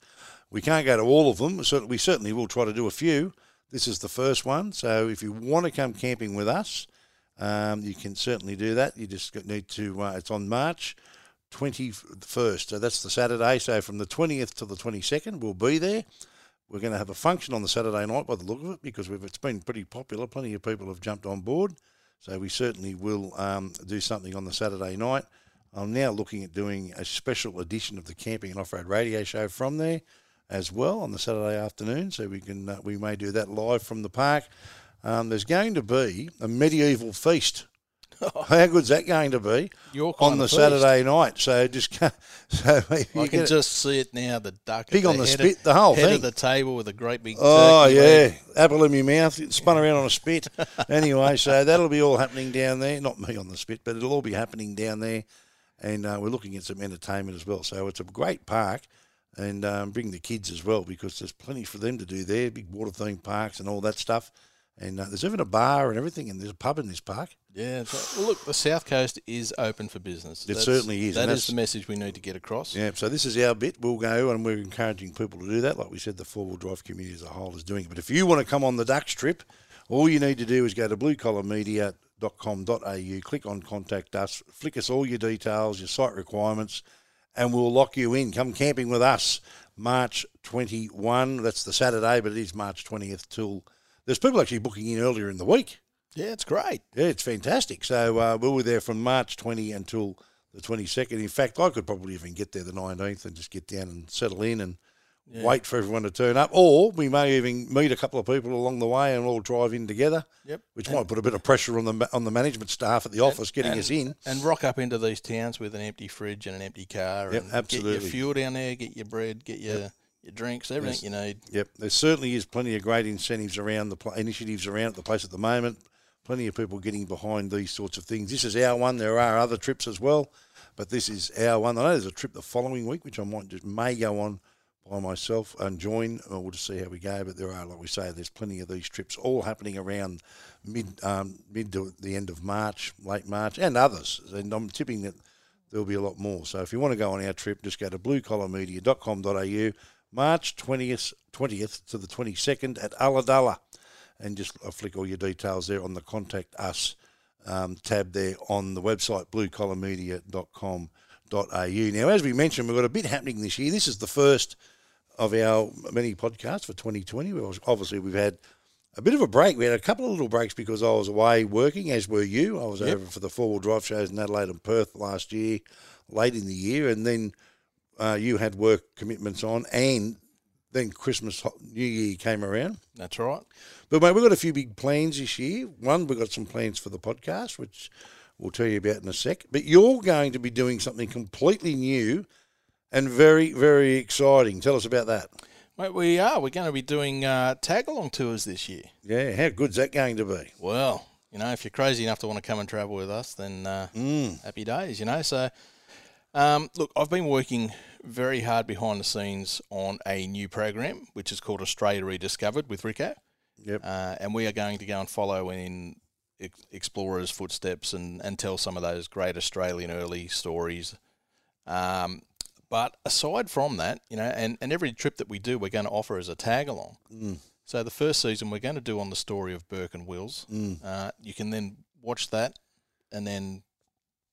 S1: We can't go to all of them, so we certainly will try to do a few. This is the first one, so if you want to come camping with us, um, you can certainly do that. You just got- need to, uh, it's on March 21st, so that's the Saturday. So from the 20th to the 22nd, we'll be there. We're going to have a function on the Saturday night by the look of it because we've, it's been pretty popular. Plenty of people have jumped on board. So we certainly will um, do something on the Saturday night. I'm now looking at doing a special edition of the Camping and Off Road Radio Show from there as well on the Saturday afternoon. So we can uh, we may do that live from the park. Um, there's going to be a medieval
S2: [LAUGHS]
S1: feast. How good's that going to be
S2: Your kind
S1: on the
S2: of feast.
S1: Saturday night? So just [LAUGHS] go- so if you
S2: I can
S1: get-
S2: just see it now. The duck. at
S1: Pig on the
S2: head
S1: spit,
S2: Of,
S1: the whole
S2: head
S1: thing.
S2: of the table with a great big.
S1: Oh
S2: turkey
S1: yeah,
S2: leg.
S1: apple in your mouth, it spun around on a spit. anyway, so that'll be all happening down there. Not me on the spit, but it'll all be happening down there. And uh, we're looking at some entertainment as well. So it's a great park, and um, bring the kids as well because there's plenty for them to do there. Big water theme parks and all that stuff. And uh, there's even a bar and everything, and there's a pub in this park.
S2: Yeah. that's right. well, look, the South Coast is open for business. It
S1: certainly is,
S2: That
S1: and
S2: is
S1: that's-
S2: the message we need to get across.
S1: Yeah, so this is our bit. We'll go and we're encouraging people to do that. Like we said, the four wheel drive community as a whole is doing it. But if you want to come on the Ducks trip, all you need to do is go to bluecollarmedia.com.au, click on contact us, flick us all your details, your site requirements, and we'll lock you in. Come camping with us March 21. That's the Saturday, but it is March 20th till. There's people actually booking in earlier in the week.
S2: Yeah, it's great.
S1: Yeah, it's fantastic. So uh, we were there from March 20 until the 22nd. In fact, I could probably even get there the 19th and just get down and settle in and wait for everyone to turn up. Or we may even meet a couple of people along the way and all drive in together.
S2: Yep.
S1: Which might put a bit of pressure on the ma- on the management staff at the office getting us in.
S2: And rock up into these towns with an empty fridge and an empty car.
S1: Yep,
S2: and Get
S1: absolutely.
S2: your fuel down there. Get your bread. Get your your drinks. Everything you need.
S1: Yep, there certainly is plenty of great incentives around the pl- initiatives around the place at the moment. Plenty of people getting behind these sorts of things. This is our one. There are other trips as well, but this is our one. I know there's a trip the following week, which I might just may go on by myself and join. uh, We'll just see how we go. But there are, like we say, there's plenty of these trips all happening around mid um, mid to the end of March, late March, and others. And I'm tipping that there'll be a lot more. So if you want to go on our trip, just go to bluecollarmedia.com.au, March 20th, 20th to the 22nd at Ulladulla. And just uh, flick all your details there on the contact us um, tab there on the website, bluecollarmedia.com.au. Now, as we mentioned, we've got a bit happening this year. This is the first of our many podcasts for 2020. We was- Obviously, we've had a bit of a break. We had a couple of little breaks because I was away working, as were you. I was over for the four wheel drive shows in Adelaide and Perth last year, late in the year, and then uh, you had work commitments on, and then Christmas, ho- New Year came around.
S2: That's right.
S1: But mate, we've got a few big plans this year. One, we've got some plans for the podcast, which we'll tell you about in a sec. But you're going to be doing something completely new and very, very exciting. Tell us about that.
S2: Mate, we are. We're going to be doing uh, tag along tours this year.
S1: Yeah, how good's that going to be?
S2: Well, you know, if you're crazy enough to want to come and travel with us, then uh, happy days, you know. So, um, look, I've been working very hard behind the scenes on a new program, which is called Australia Rediscovered with Rico.
S1: Yep.
S2: Uh, and we are going to go and follow in ex- explorers' footsteps and, and tell some of those great Australian early stories. Um, but aside from that, you know, and, and every trip that we do, we're going to offer as a tag along. So the first season we're going to do on the story of Burke and Wills.
S1: Mm.
S2: Uh, you can then watch that and then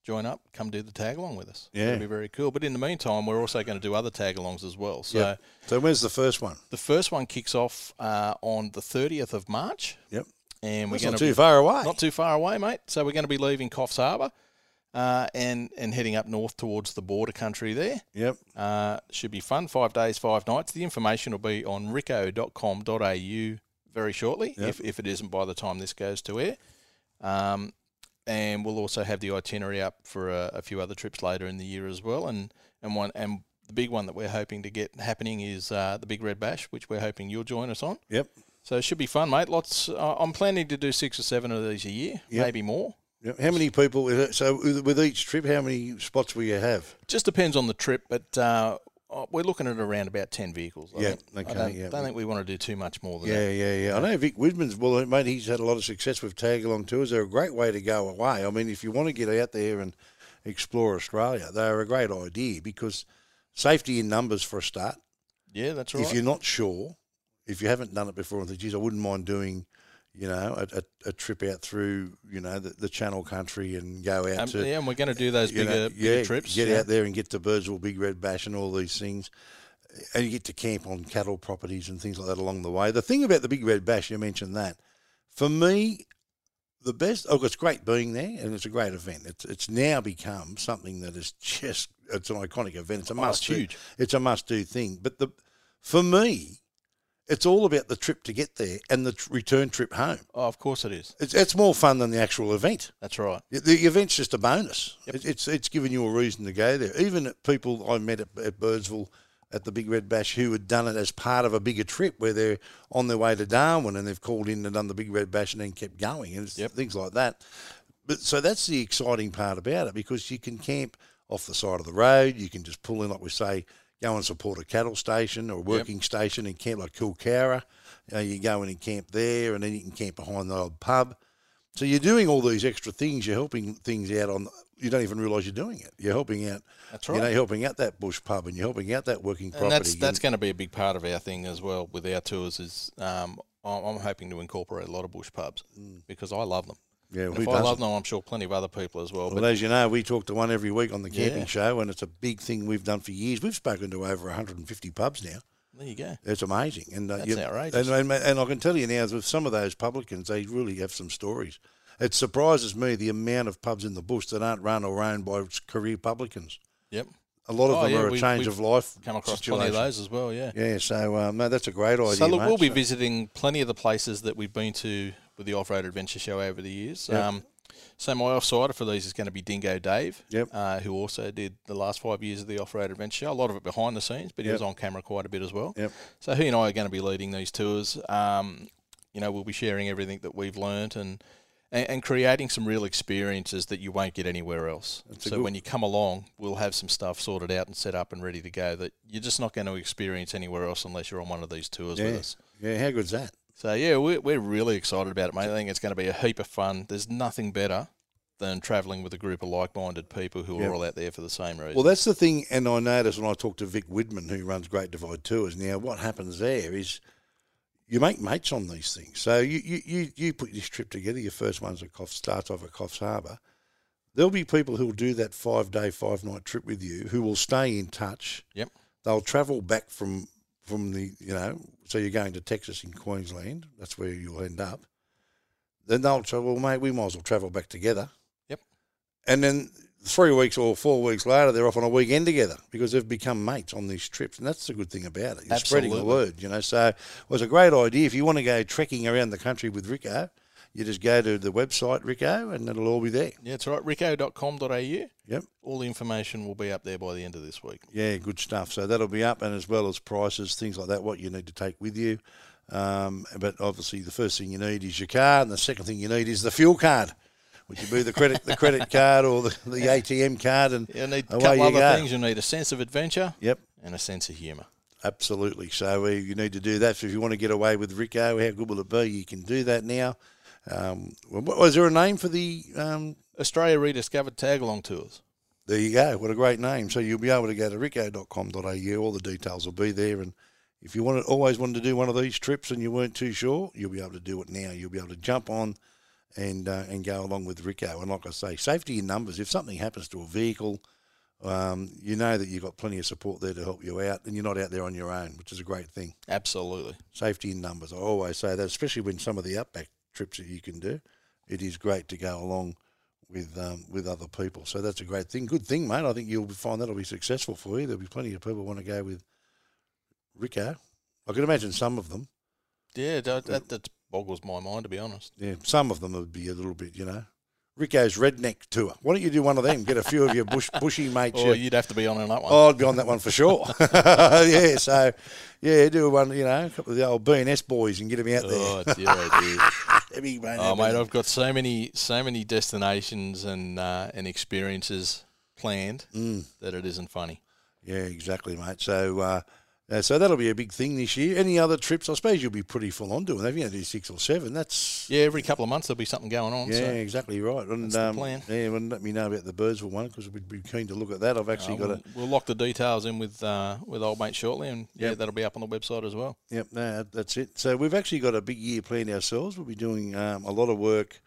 S2: join up, come do the tag along with us.
S1: Yeah.
S2: It'll be very cool. But in the meantime, we're also going to do other tag alongs as well. So
S1: Yep. So where's the first one?
S2: the first one kicks off uh, on the 30th of March.
S1: Yep.
S2: And we're
S1: That's
S2: going
S1: not
S2: to
S1: too far away.
S2: not too far away, mate. So we're going to be leaving Coffs Harbour uh, and and heading up north towards the border country there.
S1: Yep.
S2: Uh, should be fun. Five days, five nights. The information will be on rico.com.au very shortly,
S1: Yep.
S2: if, if it isn't by the time this goes to air. Um, and we'll also have the itinerary up for a, a few other trips later in the year as well. And and one and the big one that we're hoping to get happening is uh, the Big Red Bash, which we're hoping you'll join us on.
S1: Yep.
S2: So it should be fun, mate. Lots. Uh, I'm planning to do six or seven of these a year,
S1: Yep.
S2: maybe more.
S1: Yep. How many people? With it? So with with each trip, how many spots will you have?
S2: Just depends on the trip, but uh, uh, we're looking at around about ten vehicles. I
S1: Yeah,
S2: think. I
S1: okay,
S2: don't,
S1: yeah.
S2: don't think we want to do too much more than that.
S1: Yeah, yeah, yeah. I know Vic Widman's, well, uh, mate, he's had a lot of success with tag along tours. They're a great way to go away. I mean, if you want to get out there and explore Australia, they're a great idea because safety in numbers for a start.
S2: Yeah, that's right.
S1: If you're not sure, if you haven't done it before and think, geez, I wouldn't mind doing, you know, a, a, a trip out through, you know, the, the Channel country and go out
S2: um,
S1: to
S2: yeah, and we're going to do those
S1: you
S2: bigger,
S1: know,
S2: bigger
S1: yeah,
S2: trips.
S1: Get
S2: yeah.
S1: out there and get to Birdsville, Big Red Bash, and all these things. And you get to camp on cattle properties and things like that along the way. The thing about the Big Red Bash, you mentioned that. For me, the best. Oh, it's great being there, and it's a great event. It's it's now become something that is just. It's an iconic event. It's a must. do-
S2: Oh, huge.
S1: It's a must do thing. But the for me, it's all about the trip to get there and the tr- return trip home.
S2: Oh, of course it is.
S1: It's, it's more fun than the actual event.
S2: That's right.
S1: The- The event's just a bonus. It, it's it's given you a reason to go there. Even at people I met at, at Birdsville at the Big Red Bash who had done it as part of a bigger trip where they're on their way to Darwin and they've called in and done the Big Red Bash and then kept going and it's
S2: Yep.
S1: things like that. But so that's the exciting part about it because you can camp off the side of the road. You can just pull in, like we say, go and support a cattle station or a working station and camp like Kilcara. You, know, you go in and camp there, and then you can camp behind the old pub. So you're doing all these extra things. You're helping things out on. You don't even realise you're doing it. You're helping out.
S2: That's
S1: You know,
S2: right.
S1: you're helping out that bush pub, and you're helping out that working property.
S2: and that's
S1: and-
S2: that's going to be a big part of our thing as well with our tours. Is um, I'm I'm hoping to incorporate a lot of bush pubs
S1: Mm.
S2: because I love them.
S1: yeah,
S2: And
S1: who
S2: if I
S1: doesn't?
S2: love them, I'm sure plenty of other people as well. But
S1: Well, as you know, we talk to one every week on the camping
S2: Yeah.
S1: show, and it's a big thing we've done for years. We've spoken to over 150 pubs now.
S2: there you go.
S1: It's amazing, and uh,
S2: That's
S1: you-
S2: outrageous.
S1: And, and and I can tell you now, with some of those publicans, they really have some stories. It surprises me the amount of pubs in the bush that aren't run or owned by career publicans.
S2: Yep.
S1: A lot of
S2: Oh,
S1: them
S2: yeah,
S1: are a
S2: we've-
S1: change
S2: we've
S1: of life.
S2: Come across
S1: situation.
S2: plenty of those as well. Yeah.
S1: Yeah, so um, no, that's a great idea.
S2: So look,
S1: mate.
S2: we'll be
S1: So-
S2: visiting plenty of the places that we've been to with the Off Road Adventure Show over the years.
S1: Yep.
S2: Um, so my offsider for these is going to be Dingo Dave,
S1: Yep.
S2: uh, who also did the last five years of the Off Road Adventure Show. A lot of it behind the scenes, but he was on camera quite a bit as well.
S1: Yep.
S2: So he and I are going to be leading these tours. Um, you know, we'll be sharing everything that we've learnt and and, and creating some real experiences that you won't get anywhere else.
S1: a
S2: so
S1: good-
S2: when you come along, we'll have some stuff sorted out and set up and ready to go that you're just not going to experience anywhere else unless you're on one of these tours with
S1: Yeah.
S2: us.
S1: Yeah, how good's that?
S2: So yeah, we're, we're really excited about it, mate. I think it's going to be a heap of fun. There's nothing better than travelling with a group of like-minded people who
S1: Yep.
S2: are all out there for the same reason.
S1: Well, that's the thing, and I noticed when I talked to Vic Widman, who runs Great Divide Tours. Now, what happens there is you make mates on these things. So you you, you, you put this trip together. Your first one's at Coffs, starts off at Coffs Harbour. There'll be people who'll do that five day, five night trip with you, who will stay in touch.
S2: Yep.
S1: They'll travel back from from the you know. So you're going to Texas in Queensland. That's where you'll end up. Then they'll say, "Well, mate, we might as well travel back together."
S2: Yep.
S1: And then three weeks or four weeks later, they're off on a weekend together because they've become mates on these trips, and that's the good thing about it. You're spreading the
S2: Absolutely.
S1: word, you know. So it was a great idea. If you want to go trekking around the country with Rico, you just go to the website Rico, and it'll all be there.
S2: yeah, it's all right. Rico.com.au.
S1: Yep.
S2: All the information will be up there by the end of this week.
S1: Yeah, good stuff. So that'll be up, and as well as prices, things like that, what you need to take with you. Um, but obviously, the first thing you need is your car, and the second thing you need is the fuel card, which would be the credit, the credit card, or the,
S2: [LAUGHS]
S1: the ATM card, and
S2: You need a
S1: Away
S2: couple
S1: you
S2: other
S1: go.
S2: things. You need a sense of adventure
S1: yep,
S2: and a sense of humour.
S1: Absolutely. So uh, you need to do that. So if you want to get away with Rico, how good will it be? You can do that now. Um, well, what, was there a name for the? Um,
S2: Australia Rediscovered Tagalong Tours.
S1: there you go. What a great name. So you'll be able to go to rico.com.au. All the details will be there. And if you want to, always wanted to do one of these trips and you weren't too sure, you'll be able to do it now. You'll be able to jump on and uh, and go along with Rico. And like I say, safety in numbers. If something happens to a vehicle, um, you know that you've got plenty of support there to help you out, and you're not out there on your own, which is a great thing.
S2: Absolutely.
S1: safety in numbers. I always say that, especially when some of the outback trips that you can do, it is great to go along with um, with other people. So that's a great thing. Good thing, mate. I think you'll find that'll be successful for you. There'll be plenty of people want to go with Rico. I can imagine some of them.
S2: Yeah, that, that, that boggles my mind, to be honest.
S1: Yeah, some of them would be a little bit, you know. Rico's redneck tour. Why don't you do one of them? Get a few of your bush, bushy mates.
S2: Or
S1: your-
S2: you'd have to be on on that one.
S1: Oh, [LAUGHS] I'd be on that one for sure. [LAUGHS] yeah, so yeah, do one, you know, a couple of the old B and S boys and get them out
S2: Oh, dear,
S1: [LAUGHS]
S2: oh, dear.
S1: there. That'd be-
S2: Oh mate, I've got so many, so many destinations and uh, and experiences planned
S1: Mm.
S2: that it isn't funny.
S1: Yeah, exactly, mate. So, uh, uh, so that'll be a big thing this year. Any other trips? I suppose you'll be pretty full on doing that. If you only do six or seven, that's
S2: Yeah, every couple of months there'll be something going on.
S1: yeah,
S2: so
S1: exactly right. And um,
S2: That's the plan.
S1: yeah, and let me know about the Birdsville one because we'd be keen to look at that. I've actually
S2: uh,
S1: got
S2: we'll,
S1: a
S2: we'll lock the details in with uh, with old mate shortly, and yeah,
S1: Yep.
S2: that'll be up on the website as well.
S1: yep. No, that's it. So we've actually got a big year planned ourselves. We'll be doing um, a lot of work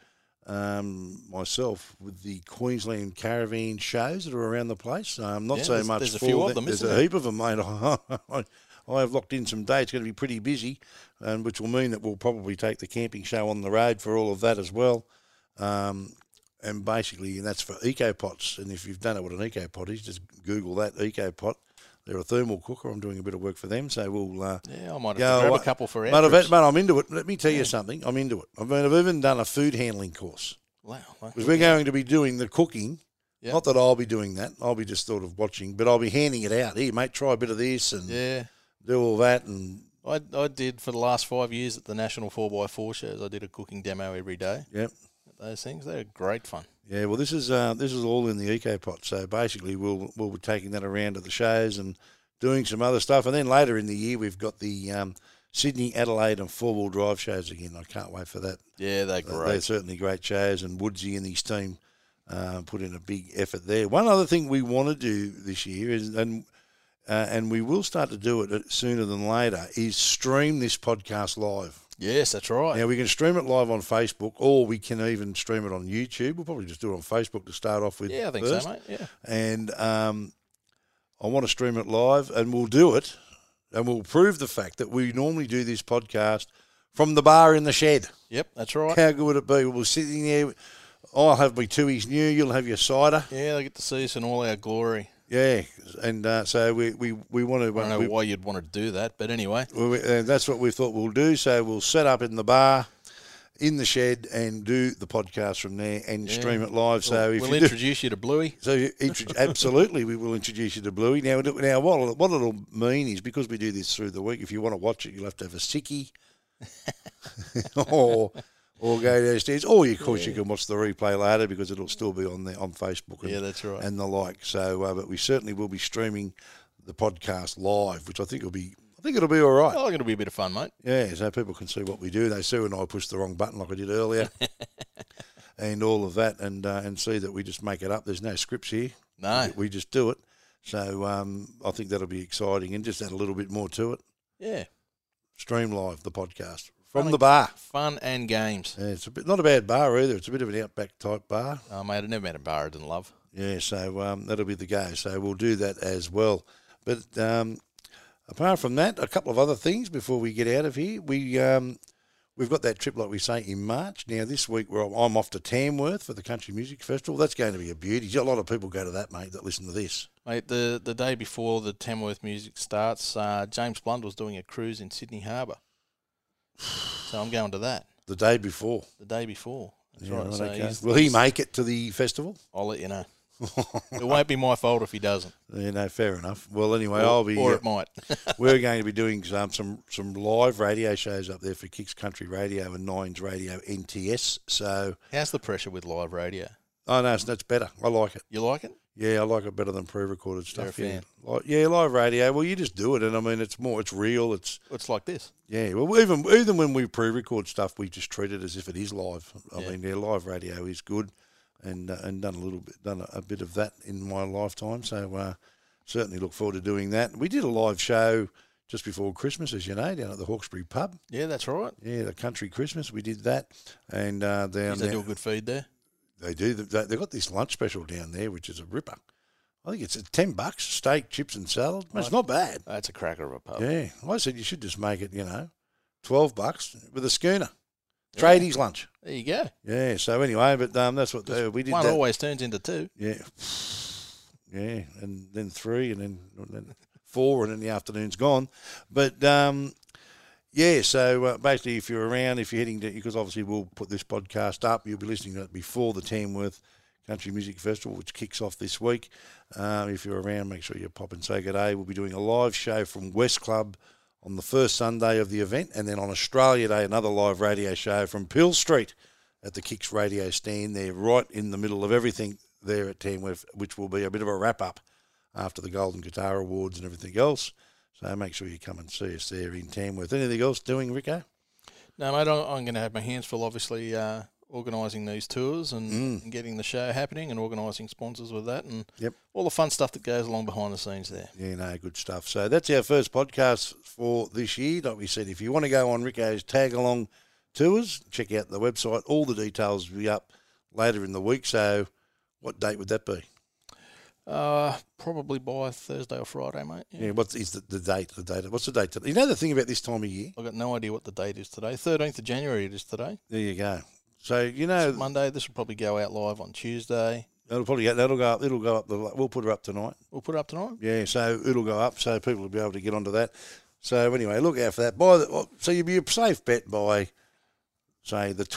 S1: um, myself with the Queensland caravan shows that are around the place. Um, not
S2: Yeah,
S1: so
S2: there's-
S1: much
S2: there's a
S1: for
S2: few of
S1: the-
S2: them,
S1: There's
S2: isn't
S1: a
S2: there?
S1: heap of them, mate. [LAUGHS] I, have locked in some dates. It's going to be pretty busy, and which will mean that we'll probably take the camping show on the road for all of that as well. Um, and basically, and that's for eco pots. And if you don't know what an eco pot is, just Google that eco pot. They're a thermal cooker. I'm doing a bit of work for them, so we'll uh,
S2: Yeah, I might have
S1: Yeah,
S2: to grab
S1: what-
S2: a couple for
S1: Mate,
S2: our
S1: I've had-
S2: trips.
S1: mate, I'm into it. Let me tell you something. I'm into it. I mean, I've even done a food handling course
S2: Wow, wow.
S1: because we're going to be doing the cooking.
S2: Yeah.
S1: Not that I'll be doing that. I'll be just sort of watching, but I'll be handing it out. Here, mate, try a bit of this and
S2: yeah.
S1: do all that. And
S2: I, I did for the last five years at the National 4x4 shows. I did a cooking demo every day.
S1: yeah,
S2: Those things, they're great fun.
S1: yeah. Well, this is uh, this is all in the eco pot. So basically, we'll we'll be taking that around to the shows and doing some other stuff. And then later in the year, we've got the um, Sydney, Adelaide, and four wheel drive shows again. I can't wait for that.
S2: Yeah, they're
S1: Uh,
S2: great.
S1: They're certainly great shows, and Woodsy and his team uh, put in a big effort there. One other thing we want to do this year is, and uh, and we will start to do it uh, sooner than later, is stream this podcast live.
S2: yes, that's right.
S1: Now we can stream it live on Facebook, or we can even stream it on YouTube. We'll probably just do it on Facebook to start off with.
S2: yeah, I think
S1: first
S2: so, mate. Yeah.
S1: and um, I want to stream it live, and we'll do it, and we'll prove the fact that we normally do this podcast from the bar in the shed.
S2: Yep, that's right.
S1: How good would it be? We'll be sitting there. I'll have my twoies new. You'll have your cider.
S2: Yeah, they get to see us in all our glory.
S1: Yeah, and uh, so we we, we want to.
S2: I don't know
S1: we,
S2: why you'd want to do that, but anyway.
S1: we, uh, that's what we thought we'll do. So we'll set up in the bar, in the shed, and do the podcast from there and stream it live. So if
S2: we'll
S1: you do,
S2: introduce you to Bluey.
S1: So
S2: [LAUGHS]
S1: you intro- absolutely, we will introduce you to Bluey. Now, now what it'll, what it'll mean is because we
S2: [LAUGHS]
S1: do this through the week. If you want to watch it, you'll have to have a sickie, or or go downstairs. Or of course you can watch the replay later because it'll still be on the on Facebook and,
S2: Yeah, that's right.
S1: and the like. So, uh, but we certainly will be streaming the podcast live, which I think will be I think it'll be all right.
S2: Oh, it'll be a bit of fun, mate.
S1: Yeah, so people can see what we do. They see when I push the wrong button like I did
S2: [LAUGHS]
S1: earlier, and all of that, and uh, and see that we just make it up. There's no scripts here.
S2: No.
S1: We just do it. So um, I think that'll be exciting, and just add a little bit more to it.
S2: Yeah.
S1: Stream live the podcast from the bar.
S2: Fun and games.
S1: Yeah, it's a bit not a bad bar either. It's a bit of an outback type bar.
S2: Oh, mate, I've never met a bar I didn't love.
S1: Yeah, so um, that'll be the go. So we'll do that as well. But um, apart from that, a couple of other things before we get out of here. We um, we've got that trip, like we say, in March. Now this week we're, I'm off to Tamworth for the Country Music Festival. That's going to be a beauty. A lot of people go to that, mate. That listen to this.
S2: Mate, the, the day before the Tamworth music starts, uh, James Blunt was doing a cruise in Sydney Harbour. So I'm going to that
S1: The day before.
S2: the day before. That's
S1: Yeah,
S2: right.
S1: right,
S2: so
S1: okay.
S2: he's-
S1: Will he make it to the festival?
S2: I'll let you know. it won't be my fault if he doesn't.
S1: [LAUGHS] Yeah, no, fair enough. [LAUGHS] Well, anyway, I'll be.
S2: or
S1: uh,
S2: it might. [LAUGHS]
S1: we're going to be doing some, some some live radio shows up there for Kicks Country Radio and Nines Radio NTS. So
S2: How's the pressure with live radio?
S1: Oh no, it's, that's better. I like it.
S2: You like it?
S1: Yeah, I like it better than pre-recorded
S2: You're a
S1: stuff. Yeah,
S2: fan.
S1: like, yeah, live radio. Well, you just do it, and I mean, it's more, it's real. It's
S2: It's like this.
S1: yeah. Well, even even when we pre-record stuff, we just treat it as if it is live. I
S2: Yeah.
S1: mean, yeah, live radio is good, and uh, and done a little bit, done a, a bit of that in my lifetime. So uh, certainly look forward to doing that. We did a live show just before Christmas, as you know, down at the Hawkesbury pub.
S2: Yeah, that's right.
S1: Yeah, the country Christmas. We did that, and uh, down
S2: They
S1: there.
S2: do a good feed there.
S1: They do. They- They've got this lunch special down there, which is a ripper. I think it's at ten bucks, steak, chips, and salad. Mate, It's not bad.
S2: That's a cracker of a pub.
S1: Yeah, I said you should just make it, you know, twelve bucks with a schooner, tradies lunch.
S2: There you go.
S1: Yeah. So anyway, but um, that's what uh, we did.
S2: One
S1: that.
S2: always turns into two.
S1: Yeah, yeah, and then three, and then, and then four, and then the afternoon's gone. But um, yeah, so uh, basically, if you're around, if you're heading to, because obviously we'll put this podcast up, you'll be listening to it before the Tamworth Country Music Festival, which kicks off this week. Um, if you're around, make sure you pop and say good day. We'll be doing a live show from West Club on the first Sunday of the event, and then on Australia Day, another live radio show from Pill Street at the Kicks radio stand there, right in the middle of everything there at Tamworth, which will be a bit of a wrap up after the Golden Guitar Awards and everything else. So make sure you come and see us there in Tamworth. Anything else doing, Rico?
S2: No, mate, I'm, I'm going to have my hands full, obviously, uh, organising these tours and, and getting the show happening and organising sponsors with that and
S1: Mm. Yep.
S2: all the fun stuff that goes along behind the scenes there.
S1: Yeah, no, good stuff. So that's our first podcast for this year. Like we said, if you want to go on Rico's tag along tours, check out the website. All the details will be up later in the week. So what date would that be?
S2: Uh, probably by Thursday or Friday, mate. Yeah.
S1: Yeah, what is the, the date? The date? What's the date? today? You know the thing about this time of year.
S2: I've got no idea what the date is today. 13th of January it is today.
S1: There you go. So you know
S2: Monday. This will probably go out live on Tuesday.
S1: It'll probably go, that'll go up. It'll go up. The, we'll put her up tonight.
S2: We'll put it up tonight.
S1: Yeah, so it'll go up. So people will be able to get onto that. So anyway, look out for that. By the, oh, so you'll be a safe bet by say the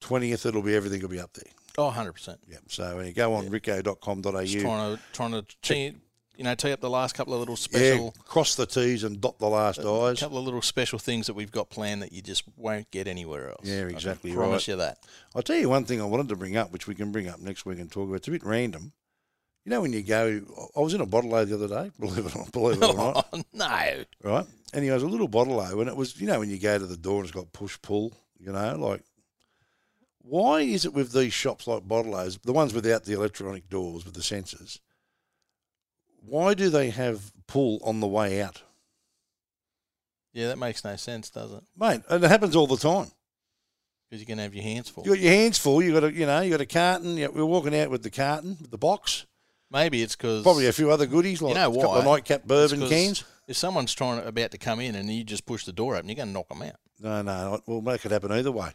S1: twentieth. It'll be everything will be up there.
S2: Oh, 100%.
S1: Yeah. So when you go on
S2: Just
S1: rico.com.au.
S2: trying to, trying to tee, you know, tee up the last couple of little
S1: Yeah,
S2: special...
S1: cross the T's and dot the last
S2: A
S1: I's.
S2: couple of little special things that we've got planned that you just won't get anywhere else.
S1: Yeah,
S2: I can
S1: exactly right.
S2: Promise you that.
S1: I'll tell you one thing I wanted to bring up, which we can bring up next week and talk about. It's a bit random. You know when you go, I was in a bottle the other day. [LAUGHS] Believe it or believe it or not.
S2: [LAUGHS] Oh, no.
S1: right? And he was a little bottle o, and it was you know when you go to the door and it's got push pull, you know, like why is it with these shops like bottle o's, the ones without the electronic doors with the sensors? Why do they have pull on the way out,
S2: Yeah, that makes no sense, does it?
S1: mate? And it happens all the time.
S2: Because you can have your hands full.
S1: You got your hands full. You got a you know you got a carton. You we're walking out with the carton, with the box,
S2: Maybe it's because
S1: probably a few other goodies like
S2: know
S1: a couple of
S2: why?
S1: nightcap bourbon cans.
S2: If someone's trying to, about to come in and you just push the door open, you're going to knock them out.
S1: No, no, we'll make it happen either way.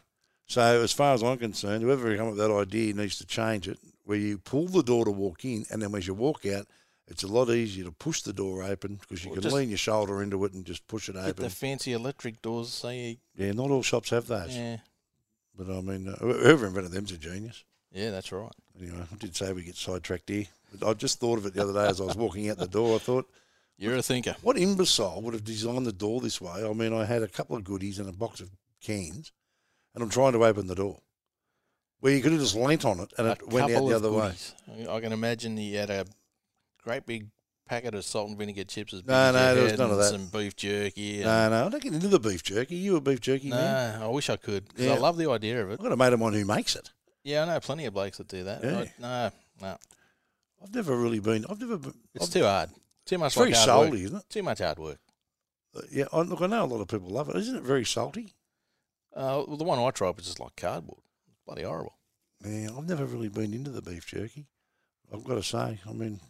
S1: So, as far as I'm concerned, whoever come up with that idea needs to change it where you pull the door to walk in, and then as you walk out, it's a lot easier to push the door open because you
S2: Well,
S1: can
S2: just-
S1: lean your shoulder into it and just push it
S2: Get
S1: open.
S2: the fancy electric doors. Say,
S1: yeah, not all shops have those,
S2: yeah,
S1: but I mean, uh, wh- whoever invented them's a genius.
S2: yeah, that's right.
S1: Anyway, I did say we get sidetracked here. But I just thought of it the other day as I was walking out the door. I thought,
S2: You're a thinker.
S1: What imbecile would have designed the door this way? I mean, I had a couple of goodies and a box of cans, and I'm trying to open the door. Where you could have just leant on it and it went out the other way.
S2: way. I can imagine he had a great big packet of salt and vinegar chips. As big
S1: No,
S2: as
S1: no,
S2: your
S1: there was
S2: head
S1: none of
S2: and
S1: that.
S2: Some beef jerky. And,
S1: No, no, I don't get into the beef jerky. You a beef jerky man?
S2: no, I wish I could 'cause
S1: Yeah.
S2: I love the idea of it.
S1: I've got a mate of mine who makes it.
S2: Yeah, I know plenty of blokes that do that.
S1: Yeah.
S2: I- no, no,
S1: I've never really been. I've never. Been,
S2: it's
S1: I've-
S2: too hard. Too much
S1: it's very
S2: like hard work.
S1: salty, isn't it?
S2: Too much hard work.
S1: Uh, Yeah. I, look, I know a lot of people love it. Isn't it very salty?
S2: Uh, well, the one I tried was just like cardboard. Bloody horrible.
S1: Yeah. I've never really been into the beef jerky. I've got to say. I mean,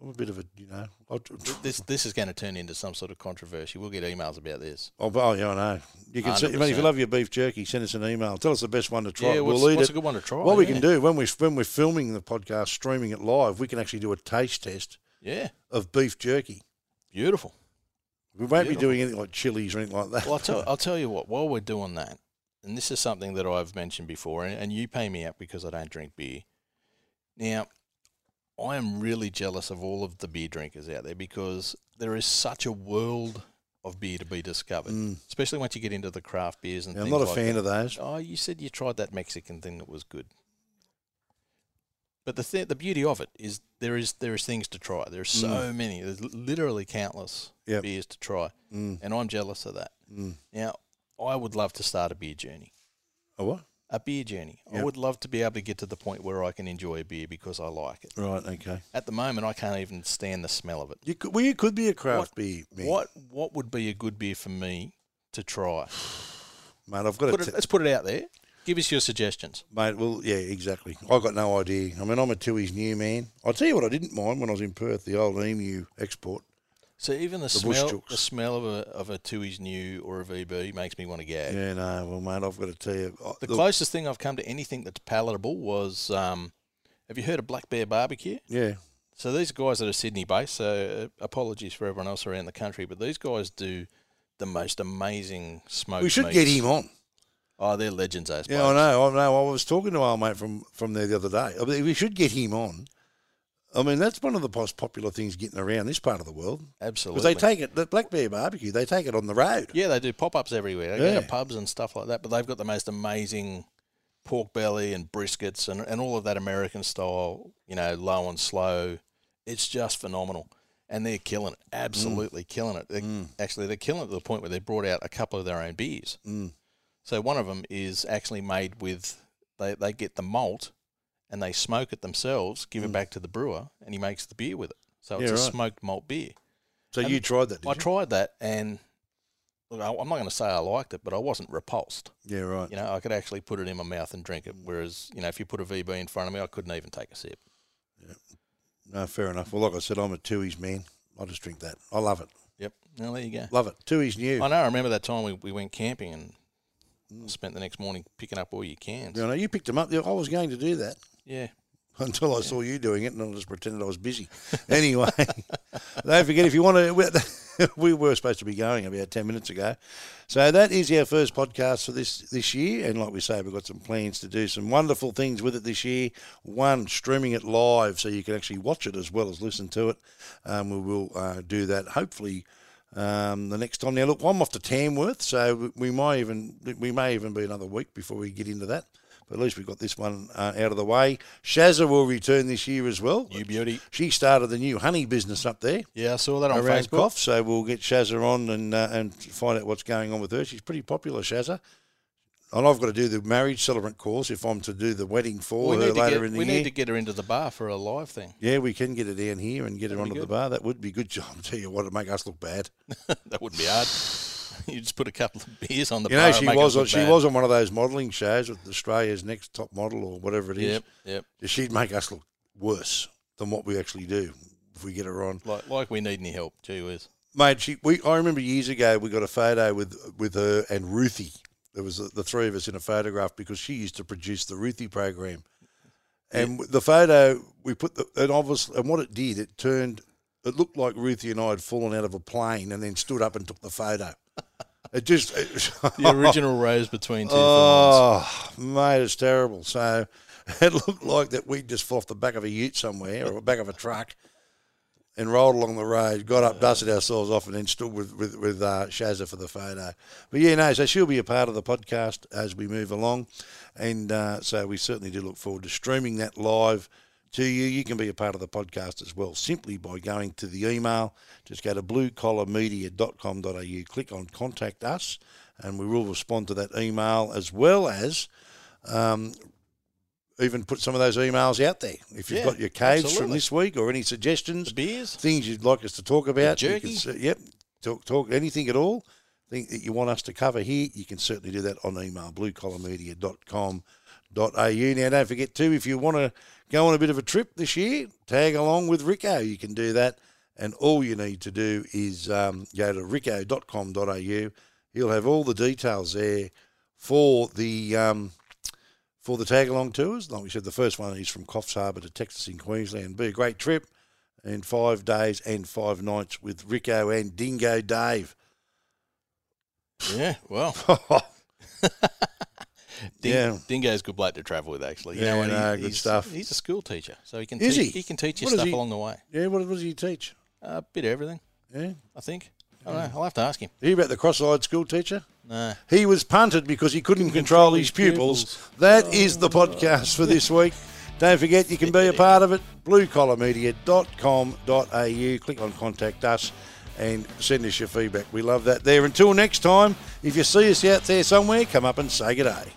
S1: I'm a bit of a you know. I,
S2: Th- This this is going to turn into some sort of controversy. We'll get emails about this.
S1: oh, but- oh, yeah, I know. You can. Send, I mean, if you
S2: 100%.
S1: love your beef jerky, send us an email. Tell us the best one to try.
S2: yeah, what's,
S1: we'll eat
S2: what's
S1: it.
S2: a good one to try?
S1: what we
S2: yeah.
S1: can do when we when we're filming the podcast, streaming it live, we can actually do a taste test
S2: Yeah,
S1: of beef jerky. [LAUGHS]
S2: beautiful.
S1: We won't be
S2: Beautiful.
S1: doing anything like chilies or anything like that.
S2: Well,
S1: [LAUGHS]
S2: I'll tell, I'll tell you what, while we're doing that, and this is something that I've mentioned before, and, and you pay me out because I don't drink beer. Now, I am really jealous of all of the beer drinkers out there because there is such a world of beer to be discovered,
S1: Mm.
S2: especially once you get into the craft beers and
S1: Yeah, I'm
S2: things
S1: not a
S2: like
S1: fan of those.
S2: Oh, you said you tried that Mexican thing that was good. But the th- the beauty of it is there is there is things to try. There's so many. There's l- literally countless
S1: Mm. Yep.
S2: beers to try,
S1: Mm.
S2: and I'm jealous of that.
S1: Mm.
S2: Now, I would love to start a beer journey.
S1: Oh, what?
S2: A beer journey. I
S1: Yep.
S2: would love to be able to get to the point where I can enjoy a beer because I like it.
S1: Right, okay.
S2: At the moment, I can't even stand the smell of it.
S1: You could, well, you could be a craft beer man.
S2: What what would be a good beer for me to try?
S1: Mate, I've got
S2: Put
S1: to.
S2: it, let's put it out there. Give us your suggestions.
S1: Mate, well, yeah, exactly. I've got no idea. I mean, I'm a Tui's new man. I'll tell you what I didn't mind when I was in Perth, the old emu export.
S2: So even the,
S1: bush
S2: smell,
S1: chooks.
S2: the smell of a of a Tui's new or a VB makes me want to gag.
S1: Yeah, no, well, mate, I've got to tell you. I-
S2: The
S1: look,
S2: closest thing I've come to anything that's palatable was, um, have you heard of Black Bear Barbecue?
S1: yeah,
S2: So these guys that are Sydney based. So uh, apologies for everyone else around the country, but these guys do the most amazing smoked.
S1: we should
S2: meats.
S1: get him on.
S2: Oh, they're legends, those
S1: Yeah, I know, I know. I was talking to our mate from, from there the other day. I mean, we should get him on. I mean, that's one of the most popular things getting around this part of the world. Because
S2: Absolutely.
S1: they take it, the Black Bear Barbecue, they take it on the road.
S2: yeah, they do pop ups everywhere. They go
S1: Yeah.
S2: to pubs and stuff like that. But they've got the most amazing pork belly and briskets and, and all of that American style, you know, low and slow. It's just phenomenal. And they're killing it, absolutely
S1: Mm.
S2: killing it. They're, Actually, they're killing it to the point where they brought out a couple of their own beers.
S1: Mm.
S2: So one of them is actually made with, they, they get the malt and they smoke it themselves, give it back to the brewer, and he makes the beer with it. So it's
S1: Mm. Yeah,
S2: a
S1: right.
S2: smoked malt beer.
S1: So
S2: And
S1: you tried that, did
S2: I
S1: you?
S2: tried that, and look, I- I'm not going to say I liked it, but I wasn't repulsed.
S1: yeah, right.
S2: You know, I could actually put it in my mouth and drink it.
S1: Mm.
S2: Whereas, you know, if you put a VB in front of me, I couldn't even take a sip.
S1: No, fair enough. Well, like I said, I'm a Tui's man. I just drink that. I love it.
S2: Yep. Well, there you go.
S1: Love it. Tui's new.
S2: I know. I remember that time we, we went camping and spent the next morning picking up all your cans.
S1: You know, you picked them up. Mm. Yeah, I was going to do that
S2: Yeah.
S1: [LAUGHS] until I saw you doing it, and I just pretended I was busy. [LAUGHS] anyway, don't forget if you want to. we- [LAUGHS] We were supposed to be going about ten minutes ago, so that is our first podcast for this this year. And like we say, we've got some plans to do some wonderful things with it this year. One, streaming it live, so you can actually watch it as well as listen to it. Um, we will uh, do that hopefully um, the next time. Now, look, I'm off to Tamworth, so we- we might even we may even be another week before we get into that. But at least we've got this one uh, out of the way. Shazza will return this year as well.
S2: You beauty.
S1: She started the new honey business up there
S2: Yeah, I saw that on
S1: around
S2: Facebook.
S1: Coff, so we'll get Shazza on and uh, and find out what's going on with her. She's pretty popular, Shazza. And I've got to do the marriage celebrant course if I'm to do the wedding for
S2: We,
S1: her
S2: need to,
S1: later
S2: get,
S1: in the
S2: we
S1: year.
S2: need to get her into the bar for a
S1: [LAUGHS]
S2: live thing.
S1: Yeah, we can get it down here and get her
S2: be
S1: onto the
S2: good.
S1: bar. That would be good. [LAUGHS] I'll tell you what, it'd make us look bad.
S2: that would be hard. [LAUGHS] you just put a couple of beers on the
S1: You
S2: bar.
S1: know,
S2: and
S1: she
S2: make us
S1: was on,
S2: look
S1: she
S2: bad.
S1: was on one of those modelling shows with Australia's Next Top Model or whatever it is.
S2: Yep, yep.
S1: She'd make us look worse than what we actually do if we get her on.
S2: Like, like we need any help. Gee whiz.
S1: Mate, she, we, I remember years ago we got a photo with with her and Ruthie. There was the, the three of us in a photograph because she used to produce the Ruthie program. And the photo we put the, and obviously and what it did, it turned it looked like Ruthie and I had fallen out of a plane and then stood up and took the photo. It just it, [LAUGHS]
S2: The original rose between two thorns.
S1: Oh, mate, it's terrible. So [LAUGHS] it looked like that we'd just fall off the back of a ute somewhere or back of a truck. and rolled along the road, got up, dusted ourselves off, and then stood with with, with uh, Shazza for the photo. But yeah, no, so she'll be a part of the podcast as we move along, and uh, so we certainly do look forward to streaming that live to you. You can be a part of the podcast as well simply by going to the email. Just go to bluecollarmedia.com.au, click on Contact Us, and we will respond to that email as well as. Um, even put some of those emails out there. If you've
S2: Yeah,
S1: got your caves from
S2: absolutely.
S1: this week or any suggestions,
S2: The beers?
S1: things you'd like us to talk about. you
S2: jerky?
S1: can s- yep. Talk, talk anything at all. Think that you want us to cover here, you can certainly do that on email, bluecollarmedia.com.au. Now, don't forget, too, if you want to go on a bit of a trip this year, tag along with Rico. You can do that. And all you need to do is um, go to rico.com.au. He'll have all the details there for the um, for the tag along tours. Like we said, the first one is from Coffs Harbour to Texas in Queensland. Be a great trip and five days and five nights with Rico and Dingo Dave.
S2: Yeah,
S1: [LAUGHS]
S2: well, Ding,
S1: Yeah.
S2: Dingo's a good bloke to travel with, actually. You
S1: Yeah,
S2: know, what,
S1: no, good
S2: he's,
S1: stuff.
S2: He's a school teacher, so he can,
S1: Is
S2: teach,
S1: he?
S2: he? can teach you
S1: What is
S2: stuff
S1: he-
S2: along the way.
S1: yeah, what, what does he teach?
S2: A bit of everything,
S1: Yeah.
S2: I think. I
S1: Hmm.
S2: don't know. I'll have to ask him.
S1: Hear about the cross-eyed school teacher?
S2: No.
S1: He was punted because he couldn't control his pupils. That is the podcast for this week. Don't forget, you can be a part of it. bluecollarmedia.com.au. Click on Contact Us and send us your feedback. We love that there. Until next time, if you see us out there somewhere, come up and say good day.